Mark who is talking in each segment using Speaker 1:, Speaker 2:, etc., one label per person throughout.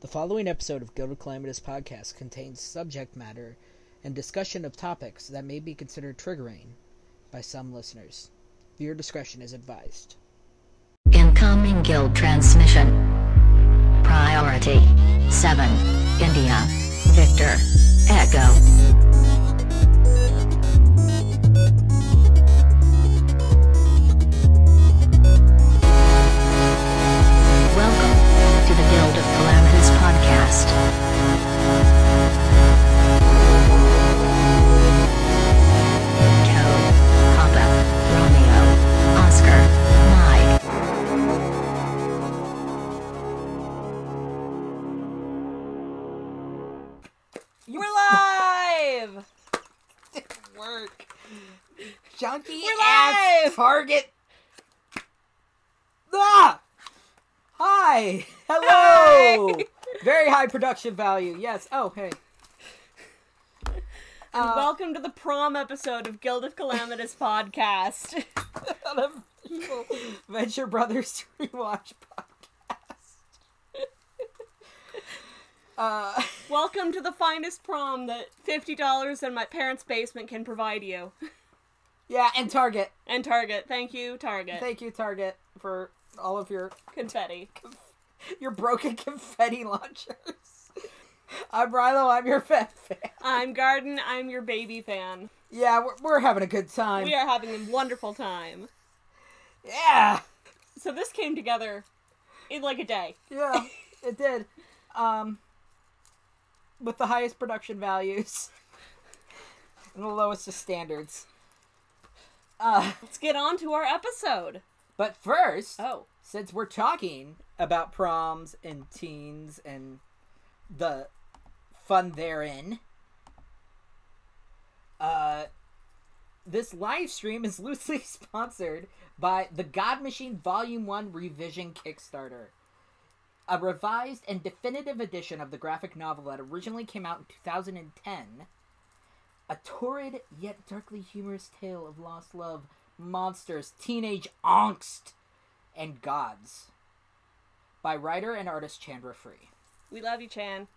Speaker 1: The following episode of Gilded Calamitous Podcast contains subject matter and discussion of topics that may be considered triggering by some listeners. Viewer discretion is advised.
Speaker 2: Incoming guild transmission. Priority 7. India. Victor. Echo. Welcome to the Guild of Calamitous podcast. Code Papa Romeo Oscar Mike.
Speaker 3: We're live!
Speaker 4: work. Junky
Speaker 3: We're
Speaker 4: ass
Speaker 3: live!
Speaker 4: Target. Ah! Hi. Hello. Very high production value. Yes. Oh, hey.
Speaker 3: And
Speaker 4: Uh,
Speaker 3: welcome to the prom episode of Guild of Calamitous podcast.
Speaker 4: Unofficial Venture Brothers rewatch podcast. Uh,
Speaker 3: Welcome to the finest prom that $50 in my parents' basement can provide you.
Speaker 4: yeah, and Target.
Speaker 3: And Target. Thank you, Target.
Speaker 4: Thank you, Target, for all of your
Speaker 3: Confetti.
Speaker 4: your broken confetti launchers. I'm Rilo. I'm your fat fan.
Speaker 3: I'm Garden. I'm your baby fan.
Speaker 4: Yeah, we're, we're having a good time.
Speaker 3: We are having a wonderful time.
Speaker 4: Yeah.
Speaker 3: So this came together in like a day.
Speaker 4: Yeah, it did. Um, with the highest production values and the lowest of standards. Uh,
Speaker 3: Let's get on to our episode.
Speaker 4: but first,
Speaker 3: Oh.
Speaker 4: since we're talking about proms and teens and the fun therein, uh, this live stream is loosely sponsored by the God Machine Volume 1 Revision Kickstarter. A revised and definitive edition of the graphic novel that originally came out in 2010 a torrid yet darkly humorous tale of lost love, monsters, teenage angst, and gods. By writer and artist Chandra Free.
Speaker 3: We love you, Chan.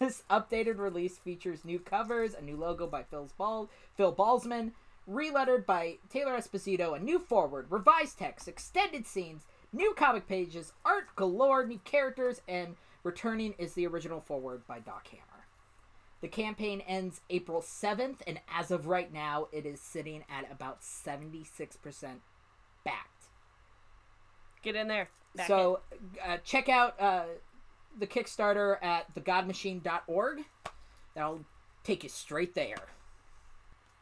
Speaker 4: This updated release features new covers, a new logo by Phil's Ball, Phil Balsman, relettered by Taylor Esposito, a new forward, revised text, extended scenes, new comic pages, art galore, new characters, and returning is the original forward by Doc Hammer. The campaign ends April 7th, and as of right now, it is sitting at about 76% backed
Speaker 3: Get in there. Back it.
Speaker 4: so uh, check out uh, the kickstarter at thegodmachine.org that'll take you straight there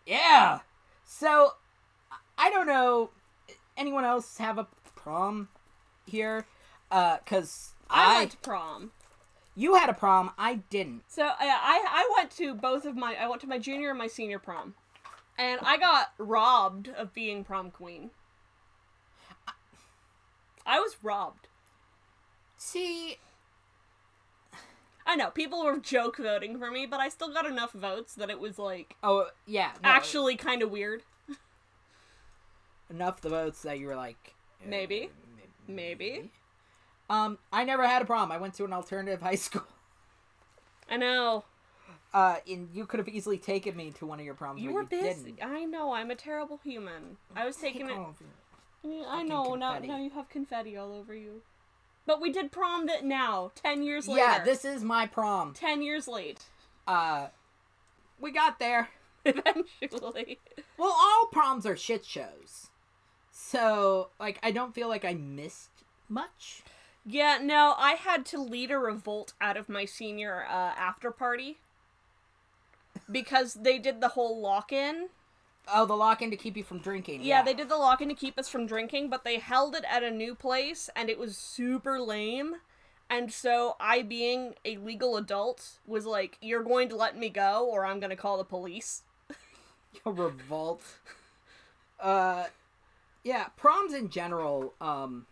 Speaker 4: yeah so I- i don't know anyone else have a prom here because
Speaker 3: I,
Speaker 4: I,
Speaker 3: went to prom.
Speaker 4: you had a prom i didn't
Speaker 3: So I, I I went to both of my I went to my junior and my senior prom, and I got robbed of being prom queen. I was robbed.
Speaker 4: see
Speaker 3: I know people were joke voting for me, but I still got enough votes that it was like
Speaker 4: oh yeah no,
Speaker 3: actually kind of weird.
Speaker 4: enough the votes that you were like uh,
Speaker 3: Maybe.
Speaker 4: may-
Speaker 3: Maybe.
Speaker 4: um i never had a prom i went to an alternative high school
Speaker 3: I know
Speaker 4: uh and you could have easily taken me to one of your proms
Speaker 3: you
Speaker 4: but
Speaker 3: were
Speaker 4: you
Speaker 3: busy.
Speaker 4: didn't. Oh,
Speaker 3: I know I'm a terrible human. I was taking
Speaker 4: Take
Speaker 3: it.
Speaker 4: all of it.
Speaker 3: Yeah, I know now.
Speaker 4: confetti.
Speaker 3: Now you have confetti all over you. But we did prom that now ten years later.
Speaker 4: Yeah, this is my prom.
Speaker 3: ten years late.
Speaker 4: Uh, we got there.
Speaker 3: Eventually.
Speaker 4: Well, all proms are shit shows, so like I don't feel like I missed much.
Speaker 3: Yeah, no, I had to lead a revolt out of my senior uh, after party because they did the whole lock in.
Speaker 4: Oh, the lock in to keep you from drinking.
Speaker 3: Yeah, they did the lock in to keep us from drinking, but they held it at a new place and it was super lame. And so I, being a legal adult, was like, You're going to let me go or I'm going to call the police.
Speaker 4: a revolt. Uh, yeah, proms in general, um,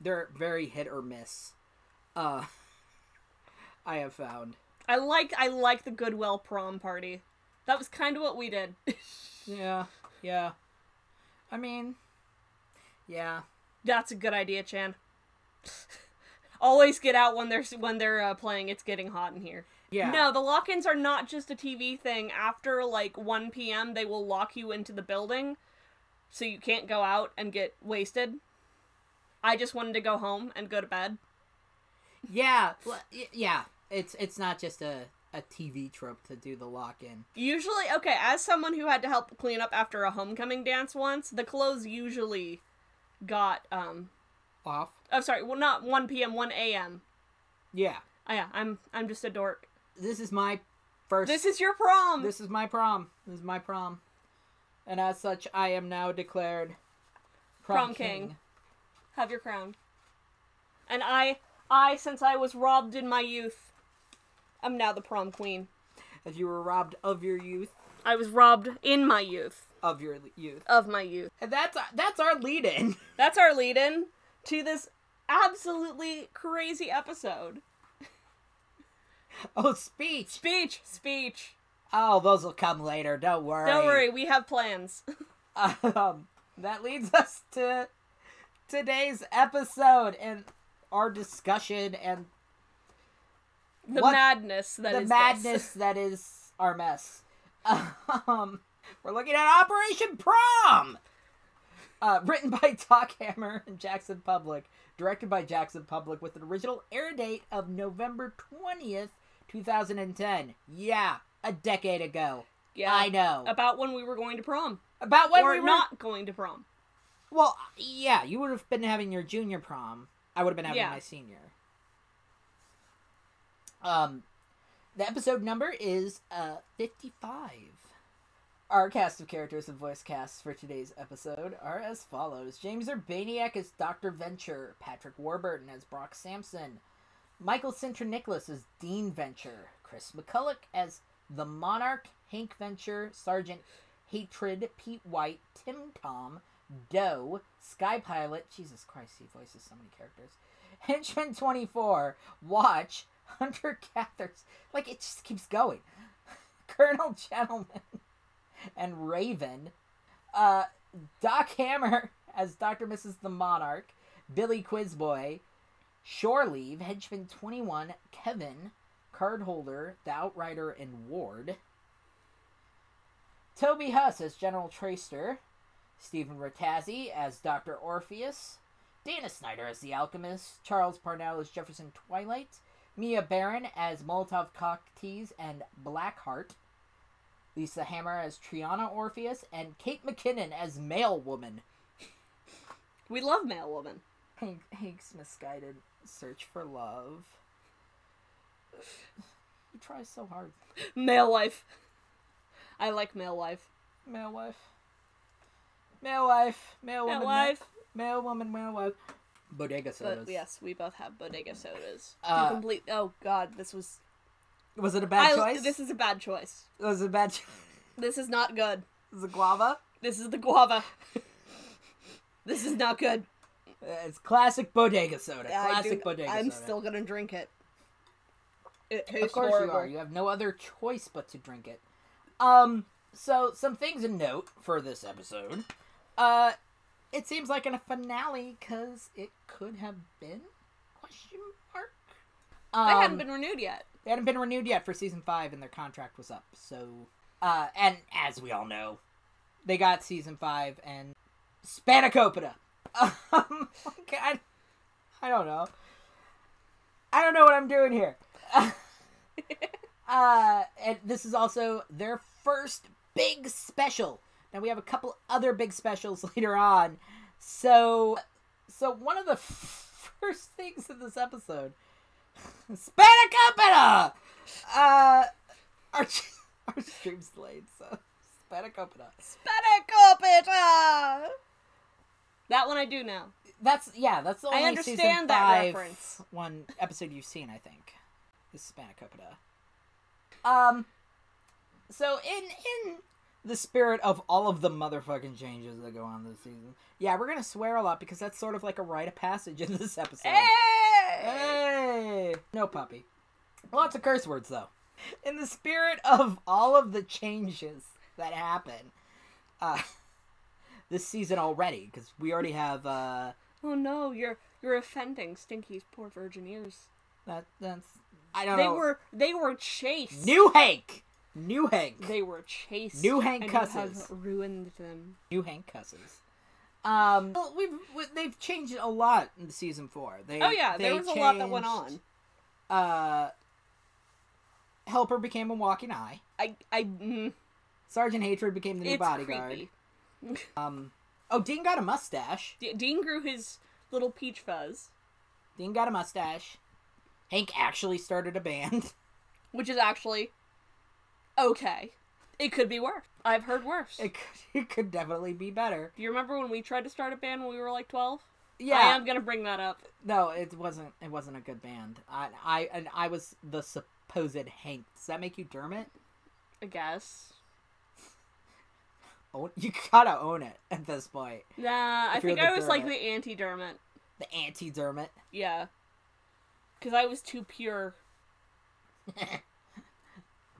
Speaker 4: they're very hit or miss. Uh, I have found.
Speaker 3: I like I like the Goodwill prom party. That was kind of what we did.
Speaker 4: Yeah, yeah. I mean, yeah.
Speaker 3: That's a good idea, Chan. Always get out when they're when they're uh, playing. It's getting hot in here.
Speaker 4: Yeah.
Speaker 3: No, the lock-ins are not just a TV thing. After like 1 p.m., they will lock you into the building, so you can't go out and get wasted. I just wanted to go home and go to bed.
Speaker 4: Yeah. Well, y- yeah. It's it's not just a a TV trope to do the lock in.
Speaker 3: Usually, okay, as someone who had to help clean up after a homecoming dance once, the clothes usually got um
Speaker 4: Off.
Speaker 3: oh sorry, well not 1 p.m., 1 a.m.
Speaker 4: Yeah.
Speaker 3: Oh, yeah, I'm I'm just a dork.
Speaker 4: This is my first.
Speaker 3: This is your prom.
Speaker 4: This is my prom. This is my prom. And as such, I am now declared
Speaker 3: Prom king. Have your crown. And I I since I was robbed in my youth, I'm now the prom queen.
Speaker 4: As you were robbed of your youth,
Speaker 3: I was robbed in my youth
Speaker 4: of your l- youth.
Speaker 3: of my youth.
Speaker 4: And that's that's our lead in.
Speaker 3: That's our lead in to this absolutely crazy episode.
Speaker 4: Oh, speech.
Speaker 3: Speech, speech.
Speaker 4: Oh, those will come later. Don't worry.
Speaker 3: Don't worry, we have plans.
Speaker 4: Um, that leads us to today's episode and our discussion and
Speaker 3: The
Speaker 4: What-
Speaker 3: madness that is
Speaker 4: the
Speaker 3: this.
Speaker 4: madness that is our mess. Um, we're looking at Operation Prom, uh, written by Doc Hammer and Jackson Public, directed by Jackson Public, with an original air date of November twentieth, two thousand and ten. Yeah, a decade ago.
Speaker 3: Yeah.
Speaker 4: I know
Speaker 3: About when we were going to prom.
Speaker 4: about when
Speaker 3: or
Speaker 4: we were
Speaker 3: not going to prom.
Speaker 4: Well, yeah, you would have been having your junior prom. I would have been having
Speaker 3: Yeah.
Speaker 4: my senior. Um, the episode number is uh fifty-five. Our cast of characters and voice casts for today's episode are as follows: James Urbaniak as Doctor Venture, Patrick Warburton as Brock Sampson, Michael Sintra Nicholas as Dean Venture, Chris McCulloch as the Monarch, Hank Venture, Sergeant Hatred, Pete White, Tim Tom, Doe, Sky Pilot, Jesus Christ, he voices so many characters, Henchman 24, Watch, Hunter Gathers, like it just keeps going, Colonel Gentleman, and Raven, uh, Doc Hammer as Dr. Mrs. the Monarch, Billy Quizboy, Shore Leave, Henchman 21, Kevin, Cardholder, The Outrider, and Ward. Toby Huss as General Tracer, Stephen Rattazzi as Dr. Orpheus, Dana Snyder as The Alchemist, Charles Parnell as Jefferson Twilight, Mia Barron as Molotov Cocktease and Blackheart, Lisa Hammer as Triana Orpheus, and Kate McKinnon as Male Woman.
Speaker 3: We love male woman.
Speaker 4: Hank, Hank's misguided search for love. He tries so hard.
Speaker 3: Male wife. I like male wife.
Speaker 4: Male wife. Male wife. Male
Speaker 3: Male
Speaker 4: woman.
Speaker 3: wife.
Speaker 4: Male woman. Male wife. Bodega sodas.
Speaker 3: But yes, we both have bodega sodas.
Speaker 4: Uh,
Speaker 3: To complete oh god, this was
Speaker 4: Was it a bad
Speaker 3: I-
Speaker 4: choice?
Speaker 3: This is a bad choice.
Speaker 4: was it a bad choice.
Speaker 3: This is not good.
Speaker 4: Is it guava?
Speaker 3: This is the guava. this is not good.
Speaker 4: Uh, It's classic bodega soda.
Speaker 3: I
Speaker 4: Classic
Speaker 3: do-
Speaker 4: bodega
Speaker 3: I'm
Speaker 4: soda.
Speaker 3: still gonna drink it. It tastes
Speaker 4: Of course
Speaker 3: horrible.
Speaker 4: you are. You have no other choice but to drink it. Um. So some things to note for this episode. Uh, it seems like in a finale because it could have been question mark. Um,
Speaker 3: They hadn't been renewed yet.
Speaker 4: They hadn't been renewed yet for season five, and their contract was up. So, uh, and as we all know, they got season five and Spanakopita. Um, okay, I, I don't know. I don't know what I'm doing here. uh, and this is also their first big special. Now we have a couple other big specials later on. So, so one of the first things in this episode Spanakopita! Uh, our, our stream delayed, so Spanakopita.
Speaker 3: Spanakopita! That one I do now.
Speaker 4: That's, yeah, that's the
Speaker 3: I
Speaker 4: only season
Speaker 3: understand that
Speaker 4: five
Speaker 3: reference.
Speaker 4: one episode you've seen, I think, is Spanakopita. Um, so in, in the spirit of all of the motherfucking changes that go on this season, yeah, we're gonna swear a lot because that's sort of like a rite of passage in this episode.
Speaker 3: Hey!
Speaker 4: Hey! No puppy. Lots of curse words, though. In the spirit of all of the changes that happen uh, this season already, because we already have uh,
Speaker 3: Oh no, you're You're offending Stinky's poor virgin ears.
Speaker 4: That that's I don't
Speaker 3: They
Speaker 4: know.
Speaker 3: were they were chased.
Speaker 4: New Hank. New Hank.
Speaker 3: They were chased.
Speaker 4: New Hank
Speaker 3: and you have
Speaker 4: cusses.
Speaker 3: ruined them.
Speaker 4: New Hank cusses. Um, well, we've we, they've changed a lot in season four. They,
Speaker 3: Oh yeah,
Speaker 4: they
Speaker 3: there was a lot that went
Speaker 4: changed,
Speaker 3: on.
Speaker 4: Uh, Helper became a walking eye.
Speaker 3: I I mm,
Speaker 4: Sergeant Hatred became the new
Speaker 3: it's
Speaker 4: bodyguard.
Speaker 3: creepy.
Speaker 4: Um, oh, Dean got a mustache.
Speaker 3: D- Dean grew his little peach fuzz,
Speaker 4: Dean got a mustache. Hank actually started a band.
Speaker 3: which is actually okay. It could be worse. I've heard worse.
Speaker 4: It could, it could definitely be better.
Speaker 3: Do you remember when we tried to start a band when we were like twelve?
Speaker 4: Yeah.
Speaker 3: I am gonna bring that up.
Speaker 4: No, it wasn't. It wasn't a good band. I, I, and I was the supposed Hank. Does that make you Dermot?
Speaker 3: I guess.
Speaker 4: Own, you gotta own it at this point.
Speaker 3: Nah, I
Speaker 4: If you're
Speaker 3: think
Speaker 4: the
Speaker 3: I was like
Speaker 4: Dermot.
Speaker 3: the anti Dermot.
Speaker 4: The anti Dermot.
Speaker 3: Yeah. Because I was too pure.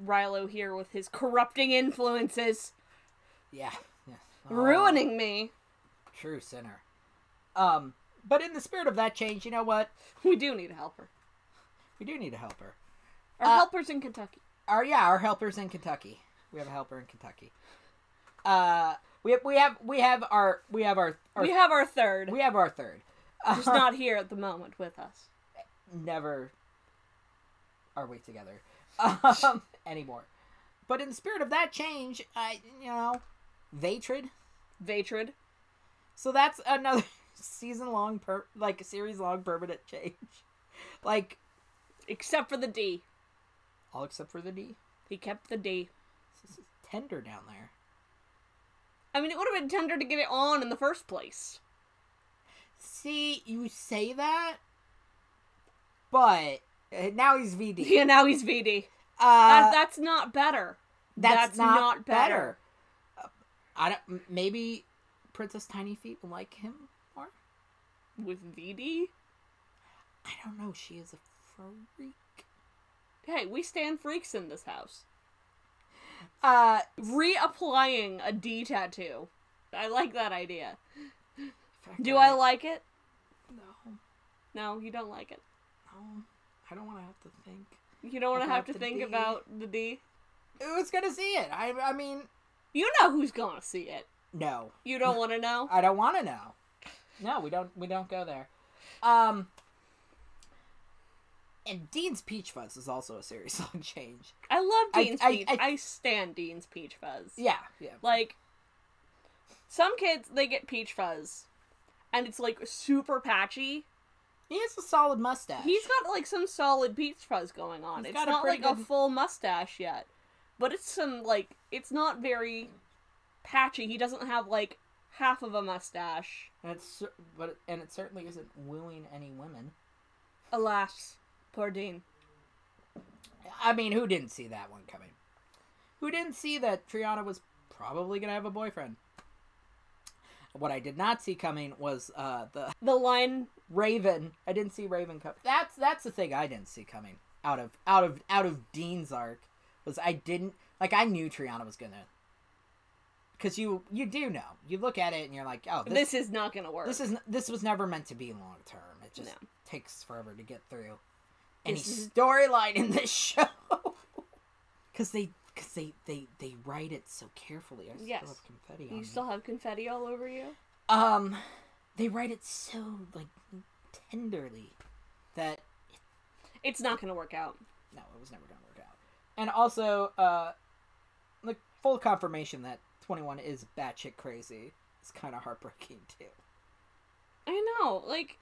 Speaker 3: Rilo here with his corrupting influences
Speaker 4: Yeah. yeah. Oh,
Speaker 3: ruining me.
Speaker 4: True sinner. Um, but in the spirit of that change, you know what?
Speaker 3: We do need a helper.
Speaker 4: We do need a helper.
Speaker 3: Our
Speaker 4: Uh,
Speaker 3: helper's in Kentucky.
Speaker 4: Our yeah, our helper's in Kentucky. We have a helper in Kentucky. Uh, we have we have we have our we have our, our
Speaker 3: we have our third. uh-huh.
Speaker 4: we have our third.
Speaker 3: who's not here at the moment with us.
Speaker 4: never are we together um, anymore. But in the spirit of that change, I you know, Vatrid.
Speaker 3: Vatrid.
Speaker 4: So that's another season long per like series long permanent change. Like
Speaker 3: Except for the D.
Speaker 4: all except for the D.
Speaker 3: He kept the D.
Speaker 4: This is tender down there.
Speaker 3: I mean, it would have been tender to get it on in the first place.
Speaker 4: See, you say that, but uh, now he's VD.
Speaker 3: Yeah, now he's VD.
Speaker 4: Uh,
Speaker 3: That, that's not better.
Speaker 4: that's, not, better. Uh, I don't. m- Maybe Princess Tiny Feet will like him more.
Speaker 3: With VD?
Speaker 4: I don't know. She is a freak.
Speaker 3: Hey, we stand freaks in this house.
Speaker 4: Uh,
Speaker 3: Reapplying a D tattoo. I like that idea.
Speaker 4: fuck,
Speaker 3: Do I like it?
Speaker 4: No,
Speaker 3: No, you don't like it.
Speaker 4: no. I don't want to have to think.
Speaker 3: You don't want to
Speaker 4: About
Speaker 3: have to
Speaker 4: the
Speaker 3: think
Speaker 4: D.
Speaker 3: about the D.
Speaker 4: Who's gonna see it? I. I mean,
Speaker 3: You know who's gonna see it.
Speaker 4: no.
Speaker 3: You don't want to know.
Speaker 4: I don't want to know. No, we don't. We don't go there. Um. And Dean's Peach Fuzz is also a serious long change.
Speaker 3: I love
Speaker 4: I-
Speaker 3: Dean's
Speaker 4: I-
Speaker 3: peach. I,
Speaker 4: I-
Speaker 3: stand Dean's peach fuzz.
Speaker 4: Yeah, yeah.
Speaker 3: Like some kids, they get peach fuzz, and it's like super patchy.
Speaker 4: He has a solid mustache.
Speaker 3: He's got like some solid peach fuzz going on.
Speaker 4: He's
Speaker 3: it's
Speaker 4: got a
Speaker 3: not like
Speaker 4: pretty
Speaker 3: a
Speaker 4: good-
Speaker 3: full mustache yet, but it's some like it's not very patchy. He doesn't have like half of a mustache.
Speaker 4: and it's cer- but it- and it certainly isn't wooing any women.
Speaker 3: Alas, poor Dean.
Speaker 4: I mean, who didn't see that one coming? Who didn't see that Triana was probably gonna have a boyfriend? What I did not see coming was uh, the
Speaker 3: The line
Speaker 4: Raven. I didn't see Raven coming. That's that's the thing I didn't see coming out of out of out of Dean's arc was I didn't like I knew Triana was gonna because you you do know you look at it and you're like oh
Speaker 3: this, is not gonna work.
Speaker 4: This is this was never meant to be long term. It just
Speaker 3: No.
Speaker 4: takes forever to get through any
Speaker 3: This is-
Speaker 4: storyline in this show. Because they, because they, they, they write it so carefully. I still
Speaker 3: Yes.
Speaker 4: have confetti on
Speaker 3: you
Speaker 4: me.
Speaker 3: still have confetti all over you.
Speaker 4: Um, they write it so like tenderly that
Speaker 3: It's not gonna work out.
Speaker 4: no, it was never gonna work out. And also, uh, the full confirmation that Twenty One is batshit crazy is kind of heartbreaking too.
Speaker 3: I know. Like,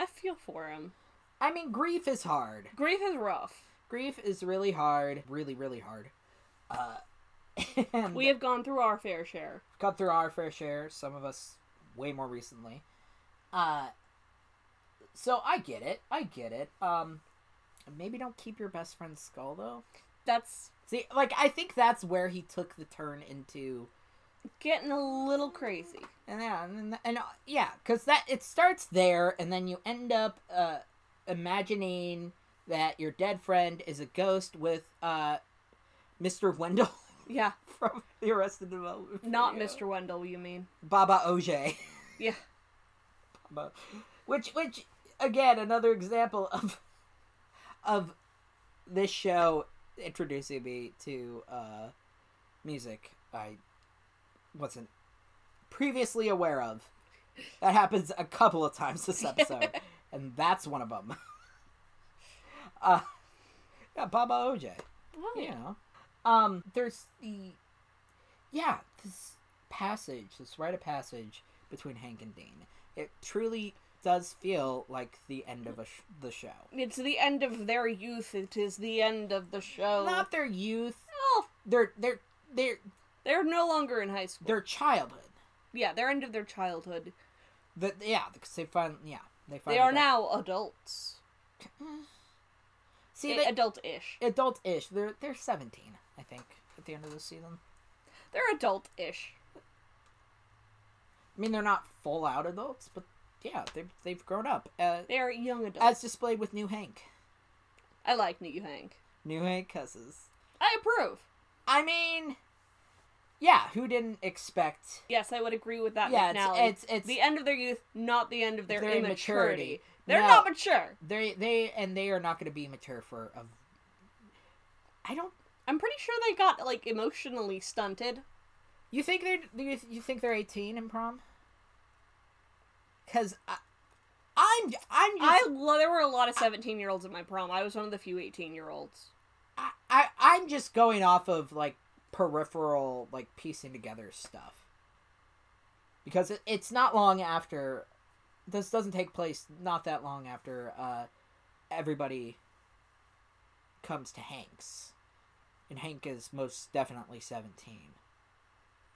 Speaker 3: I feel for him.
Speaker 4: I mean, grief is hard.
Speaker 3: Grief is rough.
Speaker 4: grief is really hard really really hard uh and
Speaker 3: We
Speaker 4: we have
Speaker 3: have gone through our fair share.
Speaker 4: got through our fair share some of us way more recently uh so i get it i get it um maybe don't keep your best friend's skull though
Speaker 3: That's
Speaker 4: see like i think that's where he took the turn into
Speaker 3: getting a little crazy.
Speaker 4: and yeah and, and uh, yeah because that it starts there and then you end up uh imagining that your dead friend is a ghost with uh mr wendell
Speaker 3: Yeah,
Speaker 4: from the Arrested Development.
Speaker 3: not
Speaker 4: video.
Speaker 3: Mr. Wendell, you mean?
Speaker 4: Baba OJ.
Speaker 3: Yeah.
Speaker 4: Baba- Which, which, again, another example of, of, this show introducing me to uh, music I wasn't previously aware of. That happens a couple of times this episode, and that's one of them. uh, yeah, Baba OJ.
Speaker 3: Well,
Speaker 4: You know, um, there's the, yeah, this passage, this rite of passage between Hank and Dean. It truly does feel like the end of a sh- the show.
Speaker 3: It's the end of their youth. It is the end of the show.
Speaker 4: Not their youth.
Speaker 3: Oh,
Speaker 4: Their their their
Speaker 3: they're no longer in high school.
Speaker 4: their childhood.
Speaker 3: yeah, they're end of their childhood.
Speaker 4: The, yeah, because they find yeah they find
Speaker 3: They are
Speaker 4: it out.
Speaker 3: now adults. Eh,
Speaker 4: see they,
Speaker 3: adult-ish.
Speaker 4: adult-ish. They're they're seventeen, I think, at the end of the season.
Speaker 3: They're adult-ish.
Speaker 4: I mean, they're not full out adults, but yeah, they they've grown up. Uh,
Speaker 3: They are young adults.
Speaker 4: as displayed with New Hank.
Speaker 3: I like New Hank.
Speaker 4: New Hank cusses.
Speaker 3: I approve.
Speaker 4: I mean, yeah, who didn't expect
Speaker 3: Yes, I would agree with that.
Speaker 4: Yeah, it's-
Speaker 3: McNally.
Speaker 4: it's- it's-
Speaker 3: the end of their youth, not the end of their,
Speaker 4: Their
Speaker 3: immaturity.
Speaker 4: immaturity.
Speaker 3: They're
Speaker 4: No.
Speaker 3: not mature.
Speaker 4: they they and they are not going to be mature for a. I don't.
Speaker 3: I'm pretty sure they got like emotionally stunted.
Speaker 4: You think they're do you, you think they're eighteen in prom? Because I'm I'm just,
Speaker 3: I lo- there were a lot of 17 year olds at my prom. I was one of the few 18 year olds.
Speaker 4: I, I I'm just going off of like peripheral like piecing together stuff because it, it's not long after this doesn't take place not that long after uh everybody comes to Hank's and Hank is most definitely 17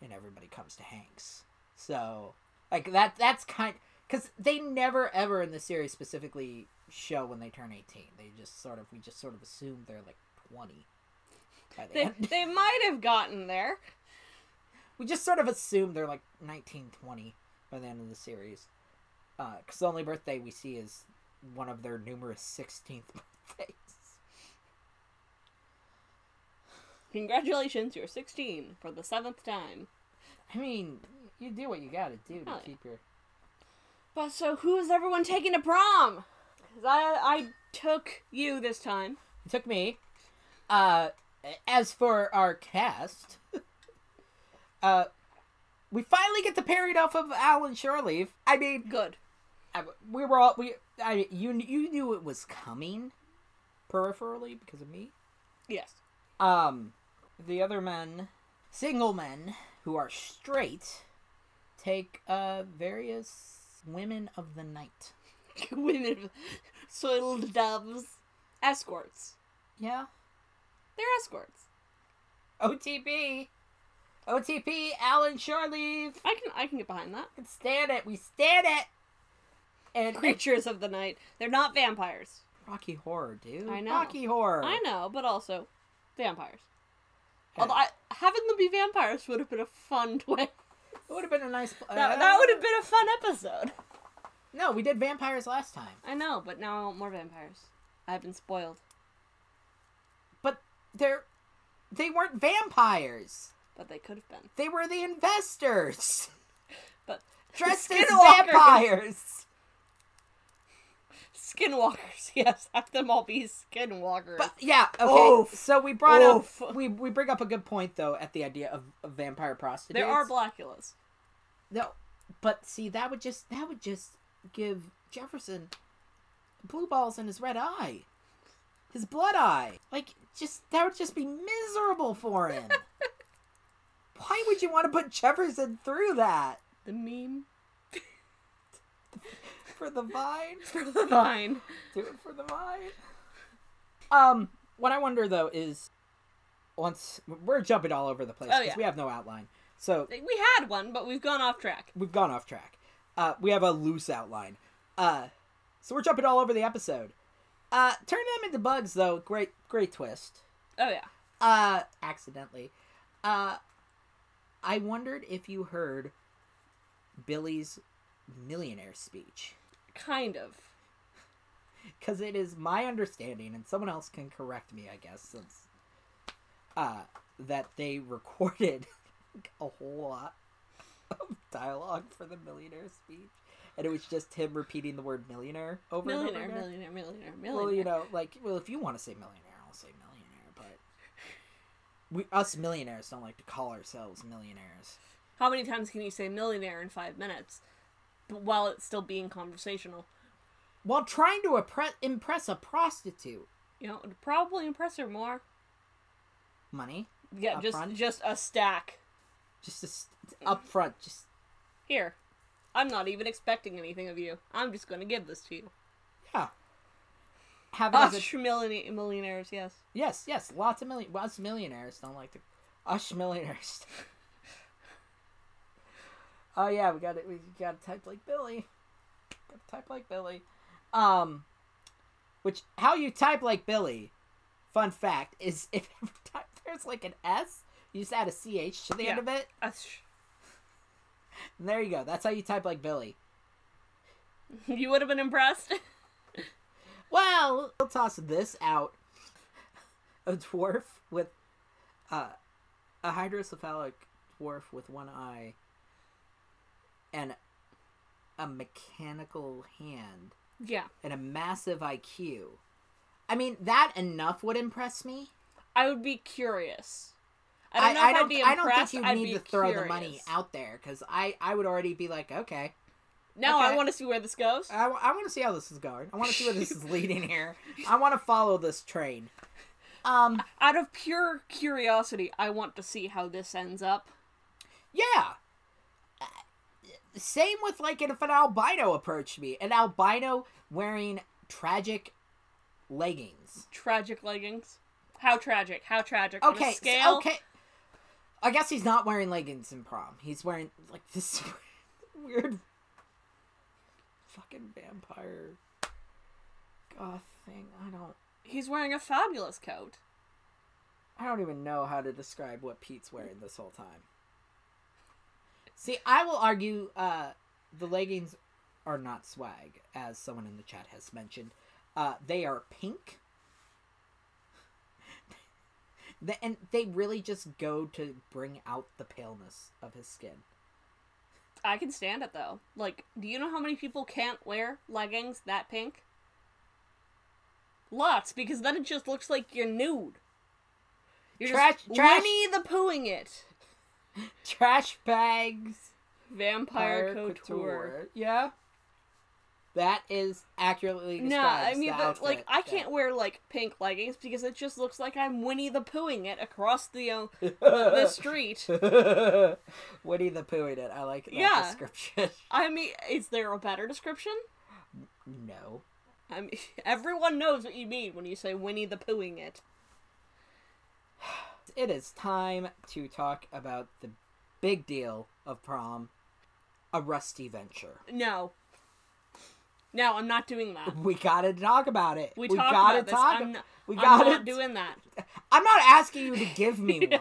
Speaker 4: and everybody comes to Hank's so like that that's kind cuz they never ever in the series specifically show when they turn 18 they just sort of we just sort of assume they're like 20 by the
Speaker 3: They,
Speaker 4: end.
Speaker 3: they might have gotten there.
Speaker 4: we just sort of assume they're like 1920 by the end of the series because the only birthday we see is one of their numerous 16th birthdays
Speaker 3: Congratulations, you're 16 for the seventh time.
Speaker 4: i mean you do what you gotta do to
Speaker 3: Oh, yeah.
Speaker 4: keep your
Speaker 3: But so who is everyone taking to prom? 'Cause I I took you this time.
Speaker 4: it took me uh as for our cast uh we finally get the parried off of alan shoreleaf i mean
Speaker 3: Good.
Speaker 4: I, we were all we i you you knew it was coming peripherally because of me
Speaker 3: Yes.
Speaker 4: Um, the other men, single men who are straight, take uh various women of the night.
Speaker 3: Women, soiled doves, escorts.
Speaker 4: Yeah.
Speaker 3: They're escorts.
Speaker 4: OTP. OTP. Alan Shoreleave.
Speaker 3: I can I can get behind that.
Speaker 4: Can stand it. We stand it. And
Speaker 3: Creatures of the night. They're not vampires.
Speaker 4: Rocky Horror, dude.
Speaker 3: I know.
Speaker 4: Rocky Horror.
Speaker 3: I know, but also vampires.
Speaker 4: Yeah.
Speaker 3: Although I, having them be vampires would have been a fun twist.
Speaker 4: It would have been a nice. Pl- uh,
Speaker 3: That, that would have been a fun episode.
Speaker 4: No, we did vampires last time,
Speaker 3: I know, but now I want more vampires. I've been spoiled.
Speaker 4: but they're they weren't vampires.
Speaker 3: But they could have been.
Speaker 4: They were the investors
Speaker 3: But
Speaker 4: dressed as
Speaker 3: Skinwalkers.
Speaker 4: vampires.
Speaker 3: skinwalkers, yes, have them all be skinwalkers.
Speaker 4: But yeah, okay.
Speaker 3: Oof.
Speaker 4: So we brought
Speaker 3: Oof.
Speaker 4: up we we bring up a good point though at the idea of, of vampire prostitutes.
Speaker 3: there are blackulas.
Speaker 4: no, but see that would just that would just give Jefferson blue balls in his red eye, his blood eye. Like just that would just be miserable for him. Why would you want to put Jefferson through that
Speaker 3: The meme
Speaker 4: for the vine?
Speaker 3: for the vine.
Speaker 4: Do it for the vine. Um, what I wonder though is, once we're jumping all over the place
Speaker 3: Oh,
Speaker 4: 'cause
Speaker 3: yeah.
Speaker 4: we have no outline, so
Speaker 3: We had one, but we've gone off track.
Speaker 4: we've gone off track. Uh, we have a loose outline. Uh, so we're jumping all over the episode. Uh, turn them into bugs though. Great, great twist.
Speaker 3: Oh yeah.
Speaker 4: Uh, accidentally. Uh, I wondered if you heard Billy's millionaire speech.
Speaker 3: Kind of.
Speaker 4: because it is my understanding, and someone else can correct me, I guess, since uh, that they recorded a whole lot of dialogue for the millionaire speech and it was just him repeating the word millionaire over
Speaker 3: Millionaire,
Speaker 4: and over. Again.
Speaker 3: millionaire, millionaire, millionaire.
Speaker 4: Well, you know, like, well, if you want to say millionaire, I'll say millionaire, but we us millionaires don't like to call ourselves millionaires.
Speaker 3: How many times can you say millionaire in five minutes, but while it's still being conversational?
Speaker 4: While trying to oppre- impress a prostitute,
Speaker 3: You know, it'd probably impress her more.
Speaker 4: money
Speaker 3: Yeah,
Speaker 4: Up
Speaker 3: just
Speaker 4: front?
Speaker 3: just a stack.
Speaker 4: just a s up front, just
Speaker 3: Here, I'm not even expecting anything of you. I'm just gonna give this to you.
Speaker 4: yeah. Have it as a
Speaker 3: Us millionaire, millionaires, yes.
Speaker 4: Yes, yes, lots of million. Us millionaires don't like to. Us millionaires. oh yeah, we got it. We got to type like Billy. Got to type like Billy. Um, which how you type like Billy? Fun fact is if every time there's like an S, you just add a ch to the end
Speaker 3: Yeah.
Speaker 4: of it,
Speaker 3: Us.
Speaker 4: and there you go. That's how you type like Billy.
Speaker 3: You would have been impressed.
Speaker 4: Well, we'll toss this out. A dwarf with uh, a hydrocephalic dwarf with one eye and a mechanical hand
Speaker 3: yeah,
Speaker 4: and a massive IQ. I mean, that enough would impress me.
Speaker 3: I would be curious. I
Speaker 4: I
Speaker 3: don't know
Speaker 4: I
Speaker 3: if
Speaker 4: don't,
Speaker 3: I'd be
Speaker 4: I
Speaker 3: impressed.
Speaker 4: don't think you
Speaker 3: would
Speaker 4: need to
Speaker 3: be
Speaker 4: throw the money
Speaker 3: curious.
Speaker 4: out there because I, I would already be like, okay,
Speaker 3: Now
Speaker 4: Okay.
Speaker 3: I want to see where this goes.
Speaker 4: I, want to see how this is going. I want to see where this is leading here. I want to follow this train. Um,
Speaker 3: Out of pure curiosity, I want to see how this ends up.
Speaker 4: Yeah. Uh, Same with like if an albino approached me, an albino wearing tragic leggings.
Speaker 3: Tragic leggings. How tragic? How tragic? On a
Speaker 4: Okay, so-
Speaker 3: scale.
Speaker 4: okay. I guess he's not wearing leggings in prom. He's wearing like this weird fucking vampire goth thing. I don't
Speaker 3: He's wearing a fabulous coat.
Speaker 4: I don't even know how to describe what Pete's wearing this whole time. See, I will argue uh, the leggings are not swag, as someone in the chat has mentioned. Uh, they are pink. The- and they really just go to bring out the paleness of his skin.
Speaker 3: I can stand it though. Like, do you know how many people can't wear leggings that pink? Lots, because then it just looks like you're nude. You're
Speaker 4: Trash- trash-
Speaker 3: Winnie the pooing it.
Speaker 4: Trash bags. Pyre
Speaker 3: Vampire couture.
Speaker 4: Yeah. That is accurately
Speaker 3: No,
Speaker 4: describes
Speaker 3: I mean,
Speaker 4: the
Speaker 3: but, like,
Speaker 4: outfit
Speaker 3: I
Speaker 4: that-
Speaker 3: can't wear like pink leggings because it just looks like I'm Winnie the pooing it across the uh, the street.
Speaker 4: Woody the Poohing it. I like that
Speaker 3: Yeah.
Speaker 4: description.
Speaker 3: I mean, is there a better description?
Speaker 4: No.
Speaker 3: I mean, everyone knows what you mean when you say Winnie the pooing it.
Speaker 4: It is time to talk about the big deal of prom a rusty venture.
Speaker 3: No. No, I'm not doing that.
Speaker 4: We gotta talk about it.
Speaker 3: We, talked
Speaker 4: gotta
Speaker 3: about this.
Speaker 4: talk.
Speaker 3: I'm not,
Speaker 4: we
Speaker 3: I'm
Speaker 4: gotta.
Speaker 3: not doing that.
Speaker 4: I'm not asking you to give me one.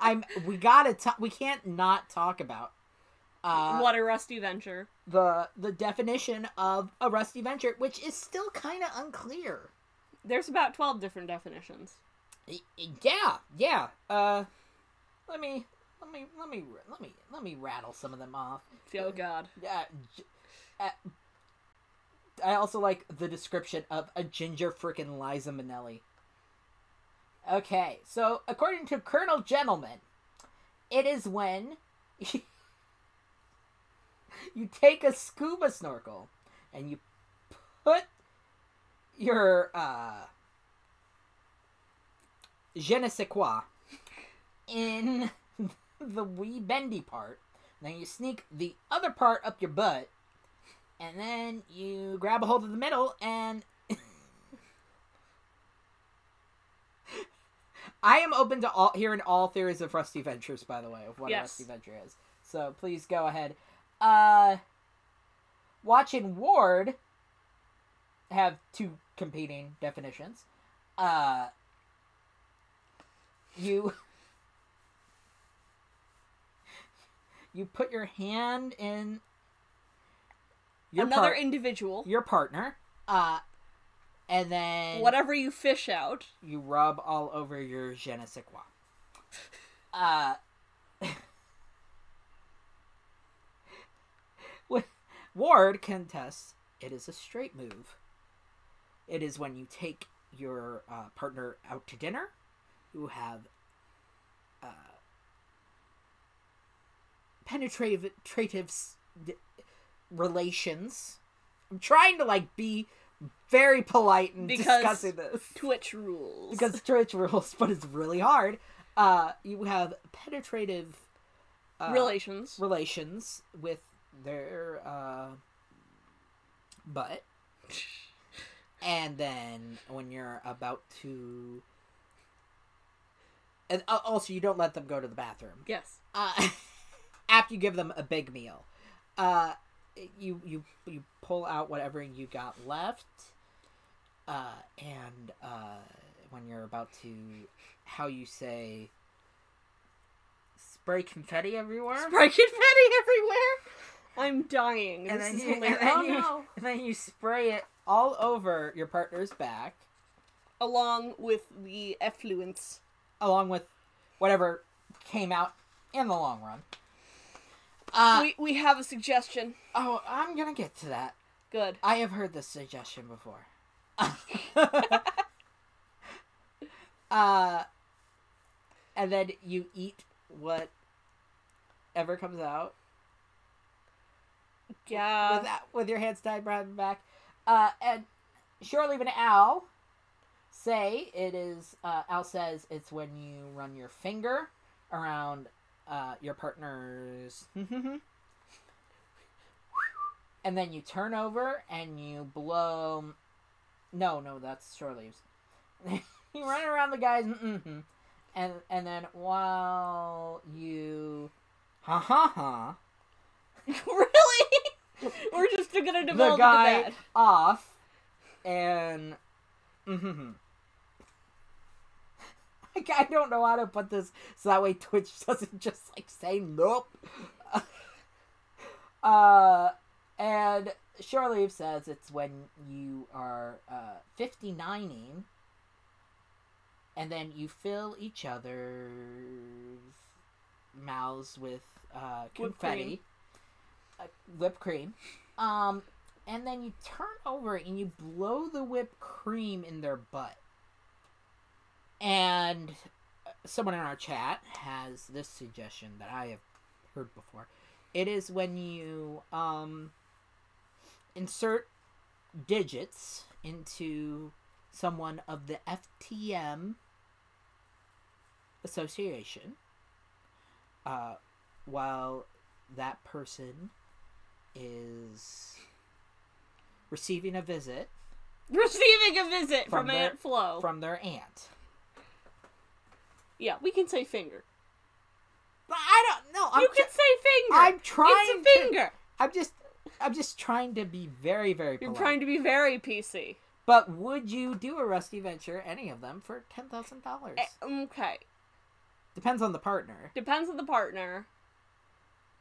Speaker 4: I'm. We gotta talk. We can't not talk about uh,
Speaker 3: what a rusty venture.
Speaker 4: the the definition of a rusty venture, which is still kind of unclear.
Speaker 3: There's about 12 different definitions.
Speaker 4: Y- y- Yeah, yeah. Uh, let me, let me, let me, let me, let me rattle some of them off.
Speaker 3: Oh, God.
Speaker 4: Uh, j- uh, I also like the description of a ginger frickin' Liza Minnelli. Okay, so according to Colonel Gentleman, it is when you take a scuba snorkel and you put your uh, je ne sais quoi in the wee bendy part. Then you sneak the other part up your butt, and then you grab a hold of the middle and. I am open to all hearing all theories of Rusty Ventures, by the way, of what a
Speaker 3: Yes.
Speaker 4: Rusty Venture is. So please go ahead. Uh, watching Ward have two competing definitions. Uh, you you put your hand in your
Speaker 3: Another
Speaker 4: part-
Speaker 3: individual.
Speaker 4: your partner, uh, and then
Speaker 3: Whatever you fish out.
Speaker 4: you rub all over your je ne sais quoi. Uh, wh- Ward contests it is a straight move. It is when you take your uh, partner out to dinner, you have uh, penetrative penetrative s- d- relations. I'm trying to like be very polite in
Speaker 3: Because-
Speaker 4: discussing this
Speaker 3: Twitch rules.
Speaker 4: because Twitch rules, but it's really hard. Uh, you have penetrative uh,
Speaker 3: relations.
Speaker 4: relations with their uh, butt, and then when you're about to, and uh, also you don't let them go to the bathroom
Speaker 3: yes.
Speaker 4: uh, after you give them a big meal. Uh, you you you pull out whatever you got left, uh, and uh, when you're about to, how you say, spray confetti everywhere.
Speaker 3: Spray confetti everywhere. I'm dying.
Speaker 4: and
Speaker 3: this
Speaker 4: then,
Speaker 3: is
Speaker 4: you, and,
Speaker 3: hilarious.
Speaker 4: then
Speaker 3: Oh,
Speaker 4: you,
Speaker 3: no.
Speaker 4: and then you spray it all over your partner's back,
Speaker 3: Along with the effluence.
Speaker 4: along with whatever came out in the long run. Uh,
Speaker 3: we we have a suggestion.
Speaker 4: oh, I'm gonna get to that.
Speaker 3: Good.
Speaker 4: I have heard this suggestion before. uh, and then you eat whatever comes out
Speaker 3: Yeah.
Speaker 4: with, with your hands tied behind the back. Uh, and Shirley and Al say it is. Uh, Al says it's when you run your finger around uh, your partner's, and then you turn over and you blow. No, no, that's shore leaves. you run around the guys, mm-hmm, and and then while you, ha ha ha.
Speaker 3: really? We're just gonna
Speaker 4: the
Speaker 3: develop
Speaker 4: guy
Speaker 3: into that.
Speaker 4: off and mm-hmm. like, I don't know how to put this so that way Twitch doesn't just like say nope. uh and Shoreleaf says it's when you are uh 59ing and then you fill each other's mouths with uh,
Speaker 3: cream.
Speaker 4: confetti, uh, whipped cream, um, and then you turn over and you blow the whipped cream in their butt. And uh, someone in our chat has this suggestion that I have heard before. It is when you um, insert digits into someone of the FTM association uh, while that person is receiving a visit
Speaker 3: Receiving a visit
Speaker 4: From
Speaker 3: from,
Speaker 4: their-
Speaker 3: Aunt Flo.
Speaker 4: from their aunt.
Speaker 3: Yeah, we can say finger.
Speaker 4: But I don't know. I'm,
Speaker 3: you
Speaker 4: tr-
Speaker 3: can say finger.
Speaker 4: I'm trying
Speaker 3: It's a
Speaker 4: to.
Speaker 3: finger.
Speaker 4: I'm just. I'm just trying to be very, very
Speaker 3: You're
Speaker 4: polite.
Speaker 3: trying to be very PC.
Speaker 4: But would you do a rusty venture, any of them, for ten thousand dollars?
Speaker 3: Eh, Okay.
Speaker 4: Depends on the partner.
Speaker 3: Depends on the partner.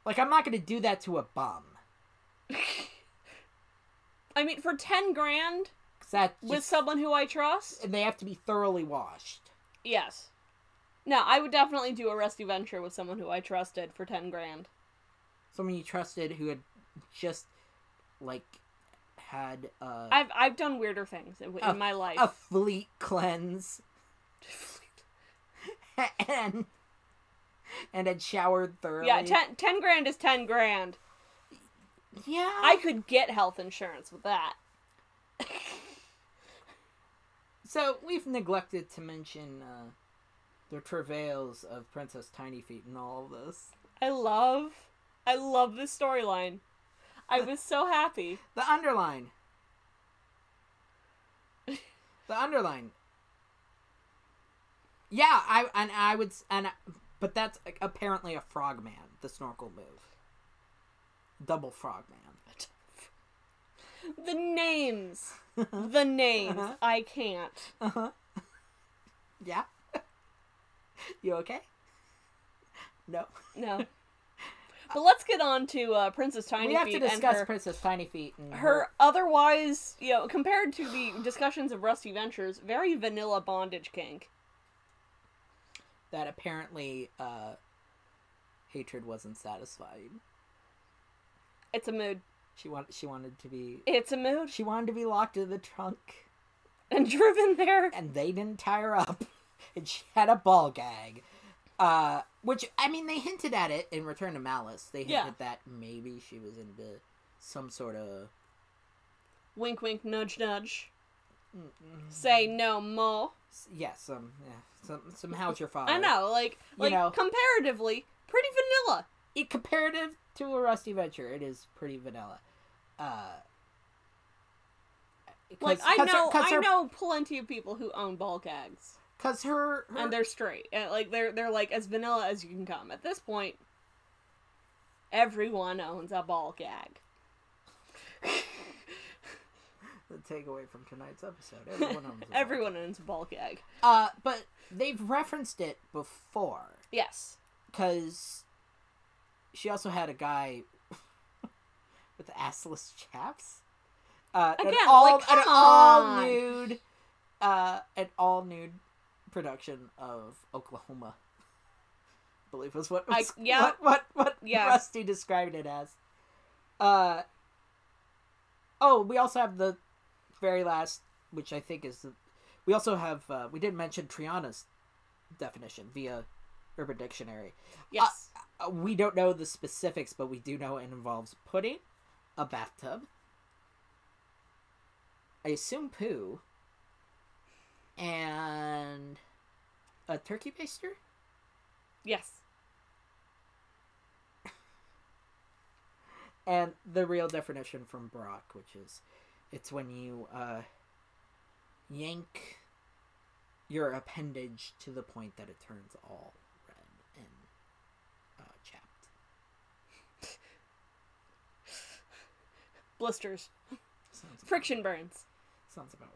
Speaker 4: Like I'm not going to do that to a bum.
Speaker 3: I mean, for 10 grand
Speaker 4: 'Cause that
Speaker 3: with
Speaker 4: just-
Speaker 3: someone who I trust?
Speaker 4: and they have to be thoroughly washed.
Speaker 3: Yes. No, I would definitely do a rusty venture with someone who I trusted for 10 grand.
Speaker 4: Someone you trusted who had just like had a,
Speaker 3: I've I've done weirder things in, in
Speaker 4: Oh,
Speaker 3: my life.
Speaker 4: a fleet cleanse and and had showered thoroughly.
Speaker 3: yeah, ten, 10 grand is 10 grand.
Speaker 4: yeah.
Speaker 3: I could get health insurance with that.
Speaker 4: So we've neglected to mention uh, the travails of Princess Tiny Feet and all of this.
Speaker 3: I love I love this storyline. I was so happy.
Speaker 4: The underline. the underline. Yeah, I and I would s- and I, but that's like, apparently a frogman, the snorkel move. Double frogman.
Speaker 3: The names. the names.
Speaker 4: Uh-huh.
Speaker 3: I can't.
Speaker 4: Yeah. you okay? No.
Speaker 3: No. But let's get on to uh, Princess Tiny
Speaker 4: we have
Speaker 3: Feet
Speaker 4: to discuss
Speaker 3: and her,
Speaker 4: Princess Tiny Feet and
Speaker 3: her otherwise, you know, compared to the discussions of Rusty Ventures, very vanilla bondage kink.
Speaker 4: that apparently uh hatred wasn't satisfying.
Speaker 3: It's a mood.
Speaker 4: She wanted she wanted to be
Speaker 3: It's a mood.
Speaker 4: she wanted to be locked in the trunk,
Speaker 3: And driven there.
Speaker 4: and they didn't tie her up, and she had a ball gag. Uh, which I mean, they hinted at it in Return to Malice. They hinted
Speaker 3: Yeah.
Speaker 4: that maybe she was into some sort of
Speaker 3: Wink, wink, nudge, nudge.
Speaker 4: Mm-hmm.
Speaker 3: Say no more.
Speaker 4: yeah, some yeah, some somehow it's your father.
Speaker 3: I know, like,
Speaker 4: You
Speaker 3: like
Speaker 4: know.
Speaker 3: comparatively, pretty vanilla.
Speaker 4: it comparative to a Rusty Venture, it is pretty vanilla. Uh,
Speaker 3: Like
Speaker 4: 'cause-
Speaker 3: I
Speaker 4: 'cause her-
Speaker 3: know,
Speaker 4: 'cause
Speaker 3: I
Speaker 4: her-
Speaker 3: know plenty of people who own ball gags,
Speaker 4: Cause her, her
Speaker 3: and they're straight. And, like they're they're like as vanilla as you can come at this point. Everyone owns a ball gag.
Speaker 4: the takeaway from tonight's episode. Everyone owns a
Speaker 3: Everyone owns a ball gag.
Speaker 4: ball. Uh, but they've referenced it before,
Speaker 3: Yes.
Speaker 4: cause she also had a guy with assless chaps. Uh, an
Speaker 3: Again, like,
Speaker 4: all,
Speaker 3: come
Speaker 4: an all
Speaker 3: on.
Speaker 4: nude, uh, an all nude production of Oklahoma. I believe was what
Speaker 3: I-
Speaker 4: was,
Speaker 3: yeah.
Speaker 4: what what what
Speaker 3: Yeah.
Speaker 4: Rusty described it as. Uh, oh, we also have the very last, which I think is the, we also have uh, we did mention Triana's definition via Urban Dictionary.
Speaker 3: Yes.
Speaker 4: Uh, we don't know the specifics, but we do know it involves pudding, a bathtub, I assume poo, and a turkey baster.
Speaker 3: yes.
Speaker 4: And the real definition from Brock, which is it's when you uh, yank your appendage to the point that it turns all red and uh, chapped.
Speaker 3: Blisters.
Speaker 4: Sounds about-
Speaker 3: Friction burns.
Speaker 4: Sounds about